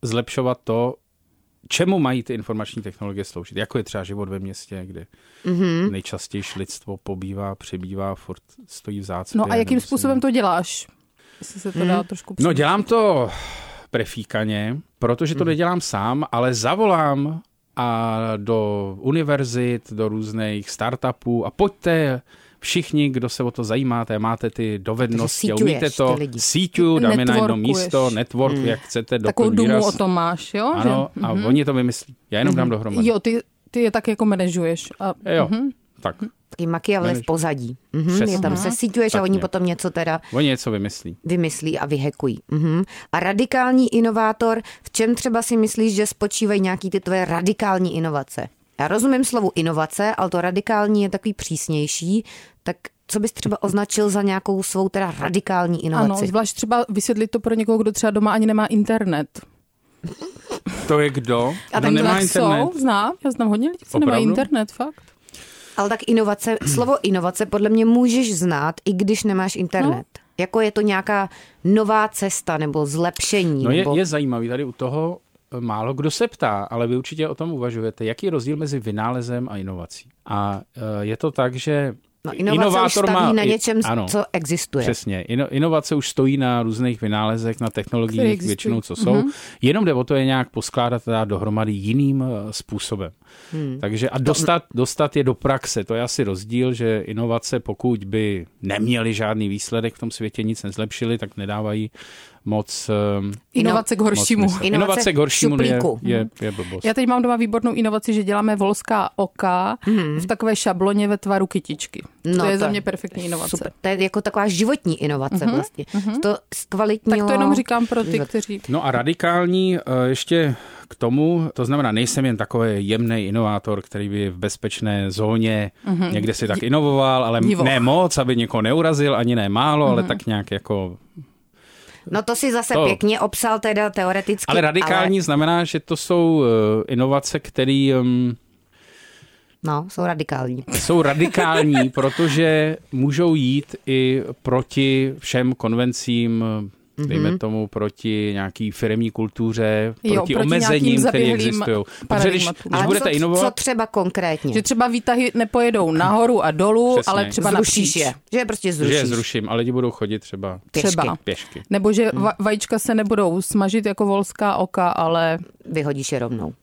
[SPEAKER 5] zlepšovat to, čemu mají ty informační technologie sloužit. Jako je třeba život ve městě, kde
[SPEAKER 3] Mhm.
[SPEAKER 5] mm-hmm. nejčastější lidstvo pobývá, přebývá, furt stojí v zácpě.
[SPEAKER 4] No a jakým
[SPEAKER 5] nebo se
[SPEAKER 4] způsobem to děláš? Jestli se to
[SPEAKER 3] Hmm.
[SPEAKER 4] dá trošku
[SPEAKER 5] No dělám to prefíkaně, protože
[SPEAKER 4] Mhm.
[SPEAKER 5] to nedělám sám, ale zavolám a do univerzit, do různých startupů a pojďte všichni, kdo se o to zajímáte, máte ty dovednosti, a
[SPEAKER 3] síťuješ
[SPEAKER 5] umíte to,
[SPEAKER 3] ty lidi.
[SPEAKER 5] síťu, dáme na jedno
[SPEAKER 4] Networkuješ. Hmm.
[SPEAKER 5] místo, network, jak chcete,
[SPEAKER 4] Takovou
[SPEAKER 5] doplň
[SPEAKER 4] důmu
[SPEAKER 5] výraz.
[SPEAKER 4] o tom máš, jo?
[SPEAKER 5] Ano, a oni to vymyslí. Já jenom dám
[SPEAKER 4] že?
[SPEAKER 5] dohromady.
[SPEAKER 4] Jo, Mhm. ty, ty je tak jako manažuješ. A,
[SPEAKER 5] Jo, tak.
[SPEAKER 3] Taky Machiavelli v
[SPEAKER 5] Manager.
[SPEAKER 3] pozadí. Mhm. Je
[SPEAKER 5] Přesně.
[SPEAKER 3] tam se síťuješ a
[SPEAKER 5] Tak
[SPEAKER 3] oni
[SPEAKER 5] nějak.
[SPEAKER 3] potom něco teda
[SPEAKER 5] Oni něco vymyslí.
[SPEAKER 3] vymyslí a vyhekují. Mhm. A radikální inovátor, v čem třeba si myslíš, že spočívají nějaký ty tvoje radikální inovace? Já rozumím slovu inovace, ale to radikální je takový přísnější, tak co bys třeba označil za nějakou svou teda radikální
[SPEAKER 4] ano,
[SPEAKER 3] inovaci?
[SPEAKER 4] zvlášť třeba vysvětlit to pro někoho, kdo třeba doma ani nemá internet.
[SPEAKER 5] To je kdo?
[SPEAKER 4] A
[SPEAKER 5] kdo No, nemá internet?
[SPEAKER 4] jsou, znám, já znám hodně lidí, co nemají
[SPEAKER 5] Opravdu?
[SPEAKER 4] internet, fakt.
[SPEAKER 3] ale tak inovace, slovo inovace podle mě můžeš znát, i když nemáš internet. No. Jako je to nějaká nová cesta nebo zlepšení.
[SPEAKER 5] No je,
[SPEAKER 3] nebo...
[SPEAKER 5] je zajímavý, tady u toho e, málo kdo se ptá, ale vy určitě o tom uvažujete, jaký je rozdíl mezi vynálezem a inovací. A e, je to tak, že
[SPEAKER 3] no, inovace už
[SPEAKER 5] inovátor
[SPEAKER 3] staví
[SPEAKER 5] má...
[SPEAKER 3] na
[SPEAKER 5] i-
[SPEAKER 3] něčem,
[SPEAKER 5] ano,
[SPEAKER 3] co existuje.
[SPEAKER 5] Přesně. Ino, inovace už stojí na různých vynálezech, na
[SPEAKER 4] Které
[SPEAKER 5] technologiích
[SPEAKER 4] existují.
[SPEAKER 5] většinou, co jsou.
[SPEAKER 3] Mhm.
[SPEAKER 5] Mm-hmm. Jenom jde o to je nějak poskládat teda dohromady jiným eh, způsobem. Hmm. Takže
[SPEAKER 3] No,
[SPEAKER 5] a dostat, dostat je do praxe, to je asi rozdíl, že inovace, pokud by neměly žádný výsledek v tom světě, nic nezlepšili, tak nedávají moc... ehm,
[SPEAKER 4] Inovace k horšímu.
[SPEAKER 5] moc smysl. Inovace k horšímu je,
[SPEAKER 3] šuplíku.
[SPEAKER 5] je, je blbost.
[SPEAKER 4] Já teď mám doma výbornou inovaci, že děláme volská oka v takové šabloně ve tvaru kytičky. No, to je za mě perfektní inovace. Mhm,
[SPEAKER 3] Super. To je jako taková životní inovace vlastně. To
[SPEAKER 4] Tak
[SPEAKER 3] zkvalitnilo...
[SPEAKER 4] to jenom říkám pro ty,
[SPEAKER 3] život.
[SPEAKER 4] kteří...
[SPEAKER 5] No a radikální eh, ještě k tomu, to znamená, nejsem jen takový jemný inovátor, který by v bezpečné zóně mm-hmm. někde si tak inovoval, ale
[SPEAKER 4] divoch.
[SPEAKER 5] Divo. ne moc, aby někoho neurazil, ani ne málo, mm-hmm. ale tak nějak jako...
[SPEAKER 3] No to si zase to.
[SPEAKER 5] To-
[SPEAKER 3] pěkně obsal teda teoreticky.
[SPEAKER 5] Ale radikální ale... znamená, že to jsou eh, inovace, které um,
[SPEAKER 3] Ale, no, jsou radikální.
[SPEAKER 5] jsou radikální, protože můžou jít i proti všem konvencím, mm-hmm. dejme tomu proti nějaký firmní kultuře,
[SPEAKER 4] Jo,
[SPEAKER 5] proti,
[SPEAKER 4] proti
[SPEAKER 5] omezením,
[SPEAKER 4] nějakým
[SPEAKER 5] které
[SPEAKER 4] zaběhlým
[SPEAKER 5] existují. Protože když,
[SPEAKER 4] paradigmatům.
[SPEAKER 5] když
[SPEAKER 3] Ale
[SPEAKER 5] budete
[SPEAKER 3] co, co
[SPEAKER 5] inovovat,
[SPEAKER 3] třeba konkrétně?
[SPEAKER 4] Že třeba výtahy nepojedou nahoru a dolů,
[SPEAKER 5] Přesně.
[SPEAKER 4] ale třeba
[SPEAKER 3] zrušíš
[SPEAKER 4] napříč.
[SPEAKER 3] je. Že je prostě zrušíš.
[SPEAKER 5] Že je zruším a lidi budou chodit třeba
[SPEAKER 3] Pěšky.
[SPEAKER 4] Třeba.
[SPEAKER 5] pěšky.
[SPEAKER 4] Nebo že
[SPEAKER 3] Hmm.
[SPEAKER 4] va- vajíčka se nebudou smažit jako volská oka, ale
[SPEAKER 3] Vyhodíš je rovnou.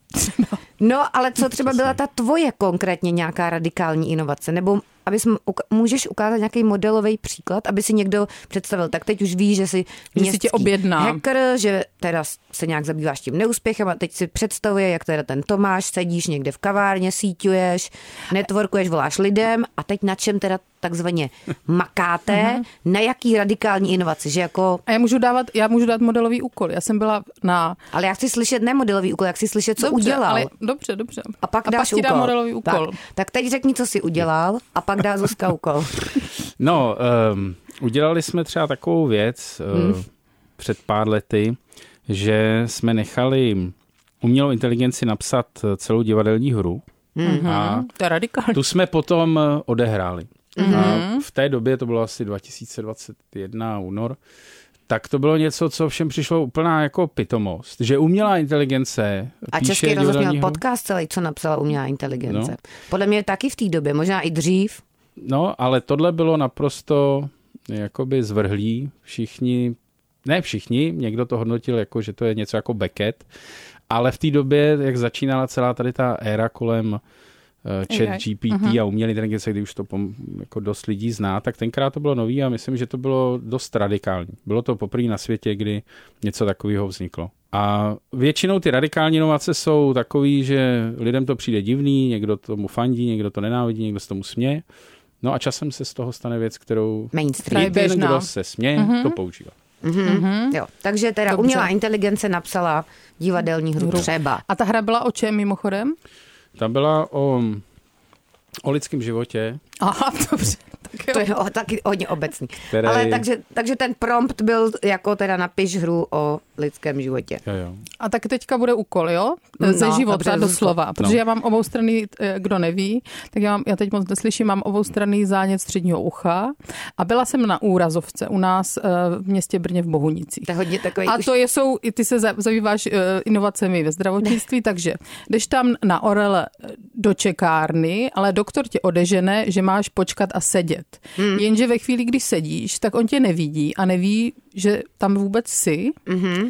[SPEAKER 3] No, ale co třeba byla ta tvoje konkrétně nějaká radikální inovace? Nebo abys, m- uka- můžeš ukázat nějaký modelový příklad, aby si někdo představil, tak teď už víš, že jsi
[SPEAKER 4] Že si
[SPEAKER 3] městský
[SPEAKER 4] tě objedná.
[SPEAKER 3] hacker, že teda s- se nějak zabýváš tím neúspěchem a teď si představuje, jak teda ten Tomáš, sedíš někde v kavárně, síťuješ, networkuješ, voláš lidem a teď na čem teda takzvaně makáte,
[SPEAKER 4] Mhm.
[SPEAKER 3] na jaký radikální inovaci, že jako
[SPEAKER 4] a já můžu dávat, já můžu dát modelový úkol. Já jsem byla na
[SPEAKER 3] ale já chci slyšet ne modelový úkol, jak chci slyšet, co udělal.
[SPEAKER 4] Ale, dobře, dobře.
[SPEAKER 3] A pak
[SPEAKER 4] a
[SPEAKER 3] dáš
[SPEAKER 4] pak ti
[SPEAKER 3] úkol.
[SPEAKER 4] dám modelový úkol.
[SPEAKER 3] Tak, tak teď řekni, co jsi udělal a pak dá Zuzka úkol.
[SPEAKER 5] No, um, Udělali jsme třeba takovou věc hmm. před pár lety, že jsme nechali umělou inteligenci napsat eh, celou divadelní hru.
[SPEAKER 4] Mm-hmm. A to je radikální.
[SPEAKER 5] Tu jsme potom eh, odehráli.
[SPEAKER 3] Mhm.
[SPEAKER 5] Mm-hmm. A v té době, to bylo asi 2021 únor, tak to bylo něco, co všem přišlo úplná jako pitomost, že umělá inteligence
[SPEAKER 3] A
[SPEAKER 5] píše
[SPEAKER 3] Český rozhlas měl
[SPEAKER 5] divadelní hru.
[SPEAKER 3] podcast celý, co napsala umělá inteligence.
[SPEAKER 5] No.
[SPEAKER 3] Podle mě taky v té době, možná i dřív.
[SPEAKER 5] No, ale tohle bylo naprosto jakoby zvrhlí. Všichni, ne všichni, někdo to hodnotil jako, že to je něco jako Beckett, ale v té době, jak začínala celá tady ta éra kolem eh, chat
[SPEAKER 4] AI,
[SPEAKER 5] GPT a umělé inteligence, kdy už to pom, jako dost lidí zná, tak tenkrát to bylo nový a myslím, že to bylo dost radikální. Bylo to poprvé na světě, kdy něco takového vzniklo. A většinou ty radikální inovace jsou takový, že lidem to přijde divný, někdo tomu fandí, někdo to nenávidí, někdo se tomu směje. No a časem se z toho stane věc, kterou
[SPEAKER 3] Mainstream.
[SPEAKER 4] Která je
[SPEAKER 5] i ten,
[SPEAKER 4] běžná.
[SPEAKER 5] kdo se směje, to používá.
[SPEAKER 3] Mm-hmm. Jo. Takže teda
[SPEAKER 4] Mhm. Dobře.
[SPEAKER 3] umělá inteligence napsala divadelní hru
[SPEAKER 4] Hru.
[SPEAKER 3] třeba.
[SPEAKER 4] A ta hra byla o čem mimochodem?
[SPEAKER 5] Ta byla o, o lidském životě,
[SPEAKER 4] Aha, dobře. Tak jo.
[SPEAKER 3] To je o, taky hodně obecný.
[SPEAKER 5] Který-
[SPEAKER 3] Ale takže, takže ten prompt byl jako teda napiš hru o lidském životě.
[SPEAKER 5] Jo, jo.
[SPEAKER 4] A tak teďka bude úkol, jo? Ze
[SPEAKER 3] No,
[SPEAKER 4] života
[SPEAKER 3] dobře,
[SPEAKER 4] doslova. Protože
[SPEAKER 5] No.
[SPEAKER 4] já mám obou strany, eh, kdo neví, tak já, mám, já teď moc neslyším, mám obou strany zánět středního ucha a byla jsem na úrazovce u nás eh, v městě Brně v Bohunicích.
[SPEAKER 3] To je hodně takový
[SPEAKER 4] A
[SPEAKER 3] už-
[SPEAKER 4] to je, jsou, i ty se za- zabýváš eh, inovacemi ve zdravotnictví, takže jdeš tam na orele do čekárny, ale doktor tě odežene, že máš počkat a sedět. Hmm. Jenže ve chvíli, kdy sedíš, tak on tě nevidí a neví, že tam vůbec jsi
[SPEAKER 3] Hmm.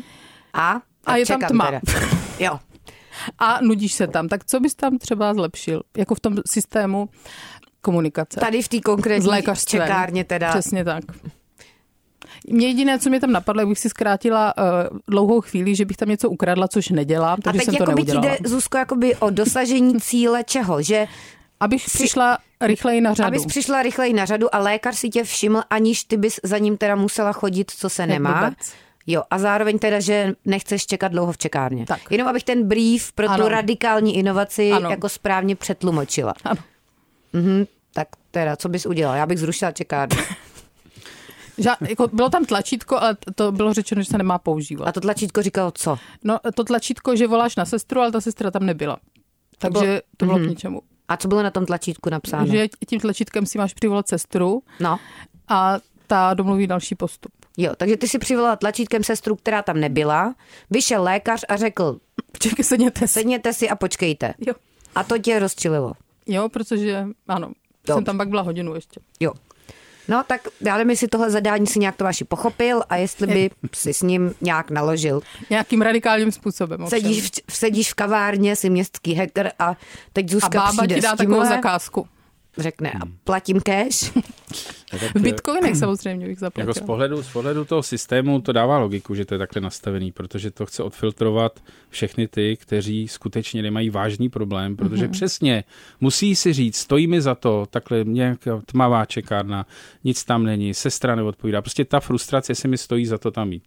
[SPEAKER 3] A,
[SPEAKER 4] A je tam
[SPEAKER 3] čekám
[SPEAKER 4] tma.
[SPEAKER 3] teda. Jo.
[SPEAKER 4] a nudíš se tam. Tak co bys tam třeba zlepšil? Jako v tom systému komunikace.
[SPEAKER 3] Tady v té
[SPEAKER 4] s
[SPEAKER 3] konkrétní
[SPEAKER 4] lékařstvem.
[SPEAKER 3] čekárně teda.
[SPEAKER 4] Přesně tak. Mě jediné, co mě tam napadlo, jak bych si zkrátila uh, dlouhou chvíli, že bych tam něco ukradla, což nedělám,
[SPEAKER 3] A
[SPEAKER 4] takže
[SPEAKER 3] teď
[SPEAKER 4] jsem to
[SPEAKER 3] jako by ti
[SPEAKER 4] neudělala.
[SPEAKER 3] jde, Zuzko, jakoby o dosažení cíle čeho? Že
[SPEAKER 4] Abych přišla rychleji na řadu.
[SPEAKER 3] abys přišla rychleji na řadu a lékař si tě všiml, aniž ty bys za ním teda musela chodit, co se nemá.
[SPEAKER 4] vůbec.
[SPEAKER 3] Jo, a zároveň teda, že nechceš čekat dlouho v čekárně.
[SPEAKER 4] Tak.
[SPEAKER 3] Jenom abych ten brief pro tu
[SPEAKER 4] Ano.
[SPEAKER 3] radikální inovaci
[SPEAKER 4] Ano.
[SPEAKER 3] jako správně přetlumočila.
[SPEAKER 4] Ano.
[SPEAKER 3] Mhm, tak teda, co bys udělala? Já bych zrušila čekárnu.
[SPEAKER 4] Ža, jako bylo tam tlačítko, ale t- to bylo řečeno, že se nemá používat.
[SPEAKER 3] A to tlačítko říkalo co?
[SPEAKER 4] No to tlačítko, že voláš na sestru, ale ta sestra tam nebyla. Takže to
[SPEAKER 3] Mhm.
[SPEAKER 4] bylo k ničemu.
[SPEAKER 3] A co bylo na tom tlačítku napsáno?
[SPEAKER 4] Že tím tlačítkem si máš přivolat sestru
[SPEAKER 3] No,
[SPEAKER 4] a ta domluví další postup.
[SPEAKER 3] jo, takže ty si přivolala tlačítkem sestru, která tam nebyla, vyšel lékař a řekl,
[SPEAKER 4] Počkej, sedněte si.
[SPEAKER 3] sedněte si a počkejte.
[SPEAKER 4] Jo.
[SPEAKER 3] A to tě rozčililo.
[SPEAKER 4] jo, protože ano,
[SPEAKER 3] Dobře.
[SPEAKER 4] jsem tam pak byla hodinu ještě.
[SPEAKER 3] Jo. No tak já nevím, jestli tohle zadání si nějak to vaši pochopil a jestli by si s ním nějak naložil.
[SPEAKER 4] Nějakým radikálním způsobem. ovšem.
[SPEAKER 3] Sedíš v, sedíš v kavárně, jsi městský hacker a teď
[SPEAKER 4] a
[SPEAKER 3] Zuzka
[SPEAKER 4] bába
[SPEAKER 3] přijde
[SPEAKER 4] ti
[SPEAKER 3] s
[SPEAKER 4] dá
[SPEAKER 3] tímhle,
[SPEAKER 4] takovou zakázku.
[SPEAKER 3] řekne a platím cash.
[SPEAKER 4] V bitcoinech samozřejmě bych zaplatila.
[SPEAKER 5] Jako z pohledu, z pohledu toho systému to dává logiku, že to je takhle nastavený, protože to chce odfiltrovat všechny ty, kteří skutečně nemají vážný problém, protože mm-hmm. přesně musí si říct, stojí mi za to, takhle nějaká tmavá čekárna, nic tam není, sestra neodpovídá, prostě ta frustrace, jestli mi stojí za to tam jít.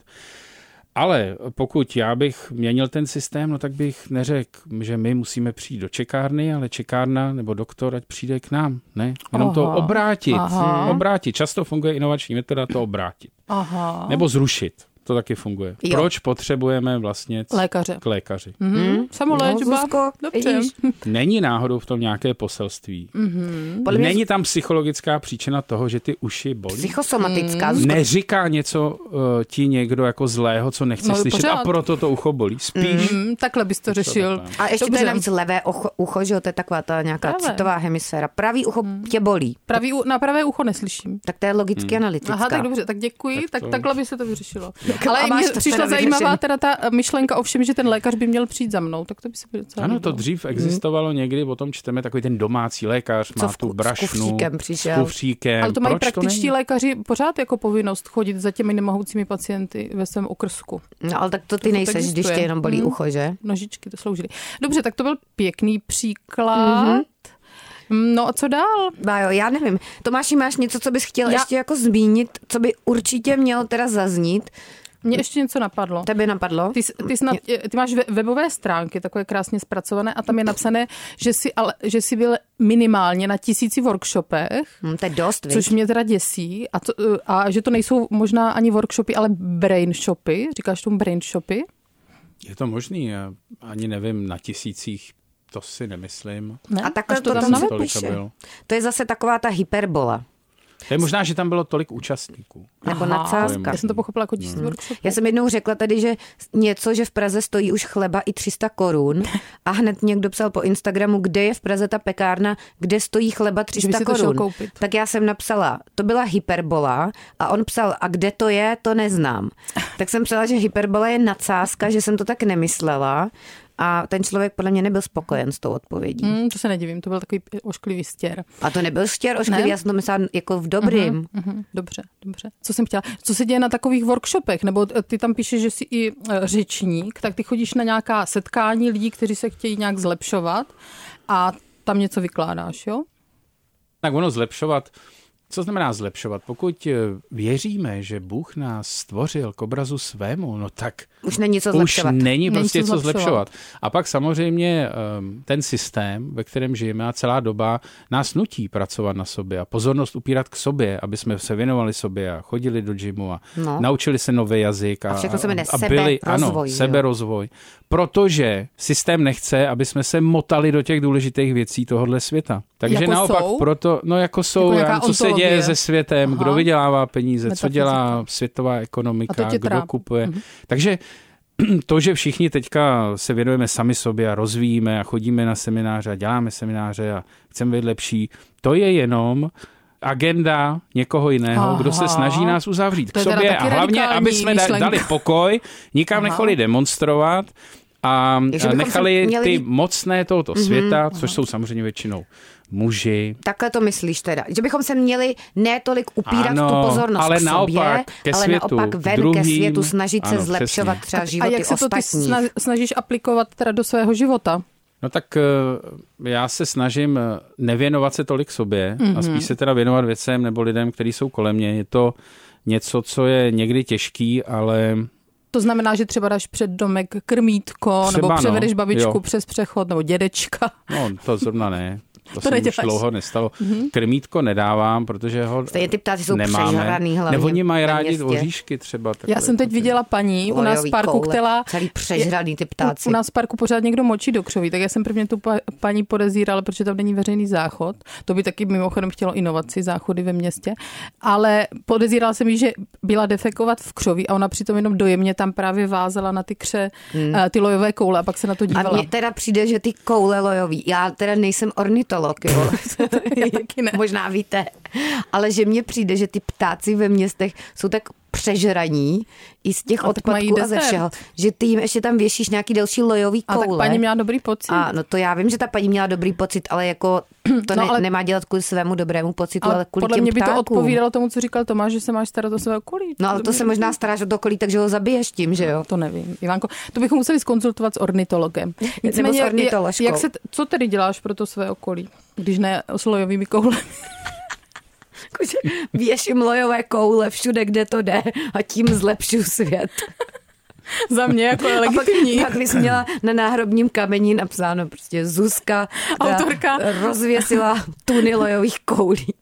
[SPEAKER 5] Ale pokud já bych měnil ten systém, no tak bych neřekl, že my musíme přijít do čekárny, ale čekárna nebo doktor, ať přijde k nám. Ne, jenom to
[SPEAKER 4] Aha,
[SPEAKER 5] obrátit.
[SPEAKER 4] aha.
[SPEAKER 5] Obrátit. Často funguje inovační metoda to obrátit.
[SPEAKER 4] Aha.
[SPEAKER 5] Nebo zrušit. To taky funguje.
[SPEAKER 3] Jo.
[SPEAKER 5] Proč potřebujeme vlastně c-
[SPEAKER 4] Lékaře.
[SPEAKER 5] k lékaři?
[SPEAKER 4] Mhm. Samoléčba.
[SPEAKER 3] No, Zuzko,
[SPEAKER 4] Dobře.
[SPEAKER 3] vidíš.
[SPEAKER 5] Není náhodou v tom nějaké poselství.
[SPEAKER 4] Mhm.
[SPEAKER 3] Podle mě
[SPEAKER 5] Není tam psychologická příčina toho, že ty uši bolí?
[SPEAKER 4] Hmm.
[SPEAKER 3] psychosomatická. Zuzko,
[SPEAKER 5] Neříká něco uh, ti někdo jako zlého, co nechceš
[SPEAKER 4] No,
[SPEAKER 5] slyšet
[SPEAKER 4] pořád.
[SPEAKER 5] a proto to ucho bolí. Spíš
[SPEAKER 4] Mm, takhle bys to řešil.
[SPEAKER 5] takhle.
[SPEAKER 3] a ještě to
[SPEAKER 4] Dobře.
[SPEAKER 3] je navíc levé ocho, ucho, že jo, to je taková ta nějaká
[SPEAKER 4] Pravé.
[SPEAKER 3] citová hemisféra. Pravý ucho
[SPEAKER 4] Hmm.
[SPEAKER 3] tě bolí.
[SPEAKER 4] Pravý, u- na pravé ucho neslyším.
[SPEAKER 3] Tak to je logicky analytická.
[SPEAKER 4] Hmm. Aha, tak dobře, tak děkuji, tak,
[SPEAKER 5] to-
[SPEAKER 4] takhle by se to vyřešilo.
[SPEAKER 3] No, a
[SPEAKER 4] Ale
[SPEAKER 3] máš
[SPEAKER 4] mě
[SPEAKER 3] to
[SPEAKER 4] přišla
[SPEAKER 3] teda
[SPEAKER 4] zajímavá
[SPEAKER 3] vyřešený.
[SPEAKER 4] teda ta eh, myšlenka ovšem, že ten lékař by měl přijít za mnou, tak to by se bylo docela
[SPEAKER 5] Ano,
[SPEAKER 4] líbilo.
[SPEAKER 5] to dřív existovalo někdy, o tom čteme, takový ten domácí lékař
[SPEAKER 3] Mhm. Co
[SPEAKER 5] má
[SPEAKER 3] v
[SPEAKER 5] tu
[SPEAKER 3] ku- s
[SPEAKER 5] brašnu.
[SPEAKER 3] kufříkem přišel.
[SPEAKER 5] S kufříkem.
[SPEAKER 4] Ale to mají
[SPEAKER 5] Proč
[SPEAKER 4] praktičtí
[SPEAKER 5] to není?
[SPEAKER 4] lékaři pořád jako povinnost chodit za těmi nemohoucími pacienty ve svém okrsku.
[SPEAKER 3] No ale tak to ty
[SPEAKER 4] To
[SPEAKER 3] nejseš, když
[SPEAKER 4] existuje.
[SPEAKER 3] tě jenom bolí
[SPEAKER 4] Mm.
[SPEAKER 3] ucho, že?
[SPEAKER 4] Nožičky to sloužily. Dobře, tak to byl pěkný
[SPEAKER 3] Mhm.
[SPEAKER 4] příklad. Mm-hmm. No a co dál?
[SPEAKER 3] Bá jo, já nevím. Tomáši, máš něco, co bys chtěl
[SPEAKER 4] Já-
[SPEAKER 3] já... ještě jako zmínit, co by určitě mělo teda zaznít?
[SPEAKER 4] Mně ještě něco napadlo.
[SPEAKER 3] Tebe napadlo?
[SPEAKER 4] Ty, s- ty, snad, e, ty máš we- webové stránky, takové krásně zpracované, a tam je napsané, že jsi, ale, že jsi byl minimálně na tisíci workshopech,
[SPEAKER 3] Hm, to je dost, viď?
[SPEAKER 4] což mě teda děsí, a, to, e, a že to nejsou možná ani workshopy, ale brain shopy. Říkáš tomu brain shopy?
[SPEAKER 5] Je to možný, já ani nevím, na tisících to si nemyslím.
[SPEAKER 4] Ne?
[SPEAKER 3] A takhle
[SPEAKER 4] Až
[SPEAKER 3] to, to tam
[SPEAKER 5] tam
[SPEAKER 4] navepu-
[SPEAKER 5] tolik
[SPEAKER 3] nepíše.
[SPEAKER 5] bylo.
[SPEAKER 3] To je zase taková ta hyperbola,
[SPEAKER 5] To je možná, že tam bylo tolik účastníků.
[SPEAKER 3] nebo
[SPEAKER 4] Aha,
[SPEAKER 3] nadsázka.
[SPEAKER 4] Já jsem to pochopila jako tisíc workshopů.
[SPEAKER 3] Já jsem jednou řekla tady, že něco, že v Praze stojí už chleba i 300 korun a hned někdo psal po Instagramu, kde je v Praze ta pekárna, kde stojí chleba 300
[SPEAKER 4] si to šel
[SPEAKER 3] korun.
[SPEAKER 4] koupit.
[SPEAKER 3] Tak já jsem napsala, to byla hyperbola a on psal, a kde to je, to neznám. Tak jsem psala, že hyperbola je nadsázka, že jsem to tak nemyslela a ten člověk podle mě nebyl spokojen s tou odpovědí.
[SPEAKER 4] Hmm, to se nedivím, to byl takový e, ošklivý stěr.
[SPEAKER 3] A to nebyl štěr ošklivý,
[SPEAKER 4] Ne?
[SPEAKER 3] já jsem to myslela jako v dobrým. Mm-hmm.
[SPEAKER 4] Mhm, dobře, dobře. Co jsem chtěla? Co se děje na takových workshopech? Nebo eh, ty tam píšeš, že jsi i eh, řečník, tak ty chodíš na nějaká setkání lidí, kteří se chtějí nějak zlepšovat a tam něco vykládáš, jo?
[SPEAKER 5] Tak ono zlepšovat, co znamená zlepšovat? Pokud eh, věříme, že Bůh nás stvořil k obrazu svému, no tak
[SPEAKER 3] Už není co zlepšovat.
[SPEAKER 5] Už není
[SPEAKER 4] Není
[SPEAKER 5] prostě
[SPEAKER 4] co
[SPEAKER 5] co
[SPEAKER 4] zlepšovat.
[SPEAKER 5] zlepšovat. A pak samozřejmě ehm, ten systém, ve kterém žijeme a celá doba nás nutí pracovat na sobě a pozornost upírat k sobě, aby jsme se věnovali sobě a chodili do gymu a
[SPEAKER 3] No.
[SPEAKER 5] no. naučili se nový jazyk a,
[SPEAKER 3] A všechno se jmenuje
[SPEAKER 5] a byli, ano,
[SPEAKER 3] seberozvoj, že jo?
[SPEAKER 5] seberozvoj. Protože systém nechce, aby jsme se motali do těch důležitých věcí tohohle světa. Takže
[SPEAKER 4] Jako
[SPEAKER 5] naopak
[SPEAKER 4] jsou?
[SPEAKER 5] proto, no jako jsou,
[SPEAKER 4] nějaká
[SPEAKER 5] jako co se děje
[SPEAKER 4] ontologie.
[SPEAKER 5] se světem,
[SPEAKER 4] Aha.
[SPEAKER 5] Aha. kdo vydělává peníze, co
[SPEAKER 4] Metafyzika.
[SPEAKER 5] dělá světová ekonomika,
[SPEAKER 4] A to tě
[SPEAKER 5] kdo
[SPEAKER 4] trápí.
[SPEAKER 5] kupuje. Takže to, že všichni teďka se věnujeme sami sobě a rozvíjíme a chodíme na semináře a děláme semináře a chceme být lepší, to je jenom agenda někoho jiného,
[SPEAKER 4] Aha.
[SPEAKER 5] Aha. kdo se snaží nás uzavřít
[SPEAKER 4] To
[SPEAKER 5] k
[SPEAKER 4] je teda
[SPEAKER 5] sobě a
[SPEAKER 4] taky
[SPEAKER 5] hlavně,
[SPEAKER 4] radikální
[SPEAKER 5] aby jsme da-
[SPEAKER 4] myšlenka.
[SPEAKER 5] dali pokoj, nikam
[SPEAKER 4] Aha.
[SPEAKER 5] nechali demonstrovat a
[SPEAKER 3] Takže bychom
[SPEAKER 5] nechali
[SPEAKER 3] se měli- Mhm,
[SPEAKER 5] ty mocné tohoto světa, což jsou samozřejmě většinou muži,
[SPEAKER 3] Takhle to myslíš teda, že bychom se měli ne tolik upírat ano, tu pozornost
[SPEAKER 5] ale
[SPEAKER 3] k sobě,
[SPEAKER 5] naopak ke
[SPEAKER 3] ale
[SPEAKER 5] světu,
[SPEAKER 3] naopak ven
[SPEAKER 5] druhým.
[SPEAKER 3] ke světu, snažit
[SPEAKER 5] Ano,
[SPEAKER 3] se
[SPEAKER 5] přesně.
[SPEAKER 3] zlepšovat třeba
[SPEAKER 4] a
[SPEAKER 3] životy
[SPEAKER 4] jak se to ty
[SPEAKER 3] ostatních.
[SPEAKER 4] sna- snažíš aplikovat teda do svého života?
[SPEAKER 5] No tak eh, já se snažím eh, nevěnovat se tolik sobě mm-hmm. a
[SPEAKER 3] Mhm.
[SPEAKER 5] spíš se teda věnovat věcem nebo lidem, kteří jsou kolem mě. Je to něco, co je někdy těžký, ale
[SPEAKER 4] To znamená, že třeba dáš před domek krmítko,
[SPEAKER 5] Třeba
[SPEAKER 4] nebo
[SPEAKER 5] no,
[SPEAKER 4] převedeš babičku
[SPEAKER 5] jo.
[SPEAKER 4] přes přechod, nebo dědečka.
[SPEAKER 5] no to zrovna ne. To,
[SPEAKER 4] To
[SPEAKER 5] to se mi už
[SPEAKER 4] neděláš.
[SPEAKER 5] dlouho nestalo. Mm-hmm. Krmítko nedávám, protože ho
[SPEAKER 3] Mhm. Stejně ty ptáci jsou
[SPEAKER 5] nemáme.
[SPEAKER 3] přežraný hlavně
[SPEAKER 5] Nebo oni mají
[SPEAKER 3] na
[SPEAKER 5] rádi
[SPEAKER 3] městě.
[SPEAKER 5] oříšky třeba.
[SPEAKER 4] Já
[SPEAKER 5] takové
[SPEAKER 4] jsem teď
[SPEAKER 5] věci.
[SPEAKER 4] viděla paní u nás v
[SPEAKER 3] Olejový
[SPEAKER 4] parku,
[SPEAKER 3] koule,
[SPEAKER 4] která
[SPEAKER 3] Celý přežraný ty ptáci.
[SPEAKER 4] U, u nás v parku pořád někdo močí do křoví, tak já jsem prvně tu pa, paní podezírala, protože tam není veřejný záchod. To by taky mimochodem chtělo inovaci, záchody ve městě. Ale podezírala jsem ji, že byla defekovat v křoví a ona přitom jenom dojemně tam právě vázela na ty kře, hmm. ty lojové koule a pak se na to
[SPEAKER 3] A
[SPEAKER 4] dívala.
[SPEAKER 3] mně teda přijde, že ty koule lojový, já teda nejsem ornitolog, jo.
[SPEAKER 4] Já taky ne.
[SPEAKER 3] možná víte, ale že mně přijde, že ty ptáci ve městech jsou tak přežraní i z těch
[SPEAKER 4] A tak mají
[SPEAKER 3] odpadků a ze
[SPEAKER 4] desert.
[SPEAKER 3] všeho, že ty jim ještě tam věšíš nějaký další lojový
[SPEAKER 4] A
[SPEAKER 3] koule.
[SPEAKER 4] tak paní měla dobrý pocit.
[SPEAKER 3] A no to já vím, že ta paní měla dobrý pocit, ale jako to
[SPEAKER 4] No,
[SPEAKER 3] ne, ale...
[SPEAKER 4] ale-
[SPEAKER 3] nemá dělat kvůli svému dobrému pocitu, ale,
[SPEAKER 4] ale
[SPEAKER 3] kvůli
[SPEAKER 4] podle
[SPEAKER 3] těm
[SPEAKER 4] mě by to
[SPEAKER 3] ptákům.
[SPEAKER 4] odpovídalo tomu, co říkal Tomáš, že se máš starat o svého okolí.
[SPEAKER 3] No ale to se možná staráš od okolí, takže ho zabiješ tím, že jo?
[SPEAKER 4] To nevím, Ivanko. To bychom museli skonzultovat s ornitologem.
[SPEAKER 3] s ornitoložkou.
[SPEAKER 4] jak se, t- co tedy děláš pro to své okolí, když ne s lojovými koulemi?
[SPEAKER 3] Jakože Věším lojové koule všude, kde to jde a tím zlepšuju svět.
[SPEAKER 4] Za mě jako je
[SPEAKER 3] A pak,
[SPEAKER 4] legitimní.
[SPEAKER 3] pak bys měla na náhrobním kameni napsáno prostě Zuzka která
[SPEAKER 4] Autorka.
[SPEAKER 3] rozvěsila tuny lojových koulí.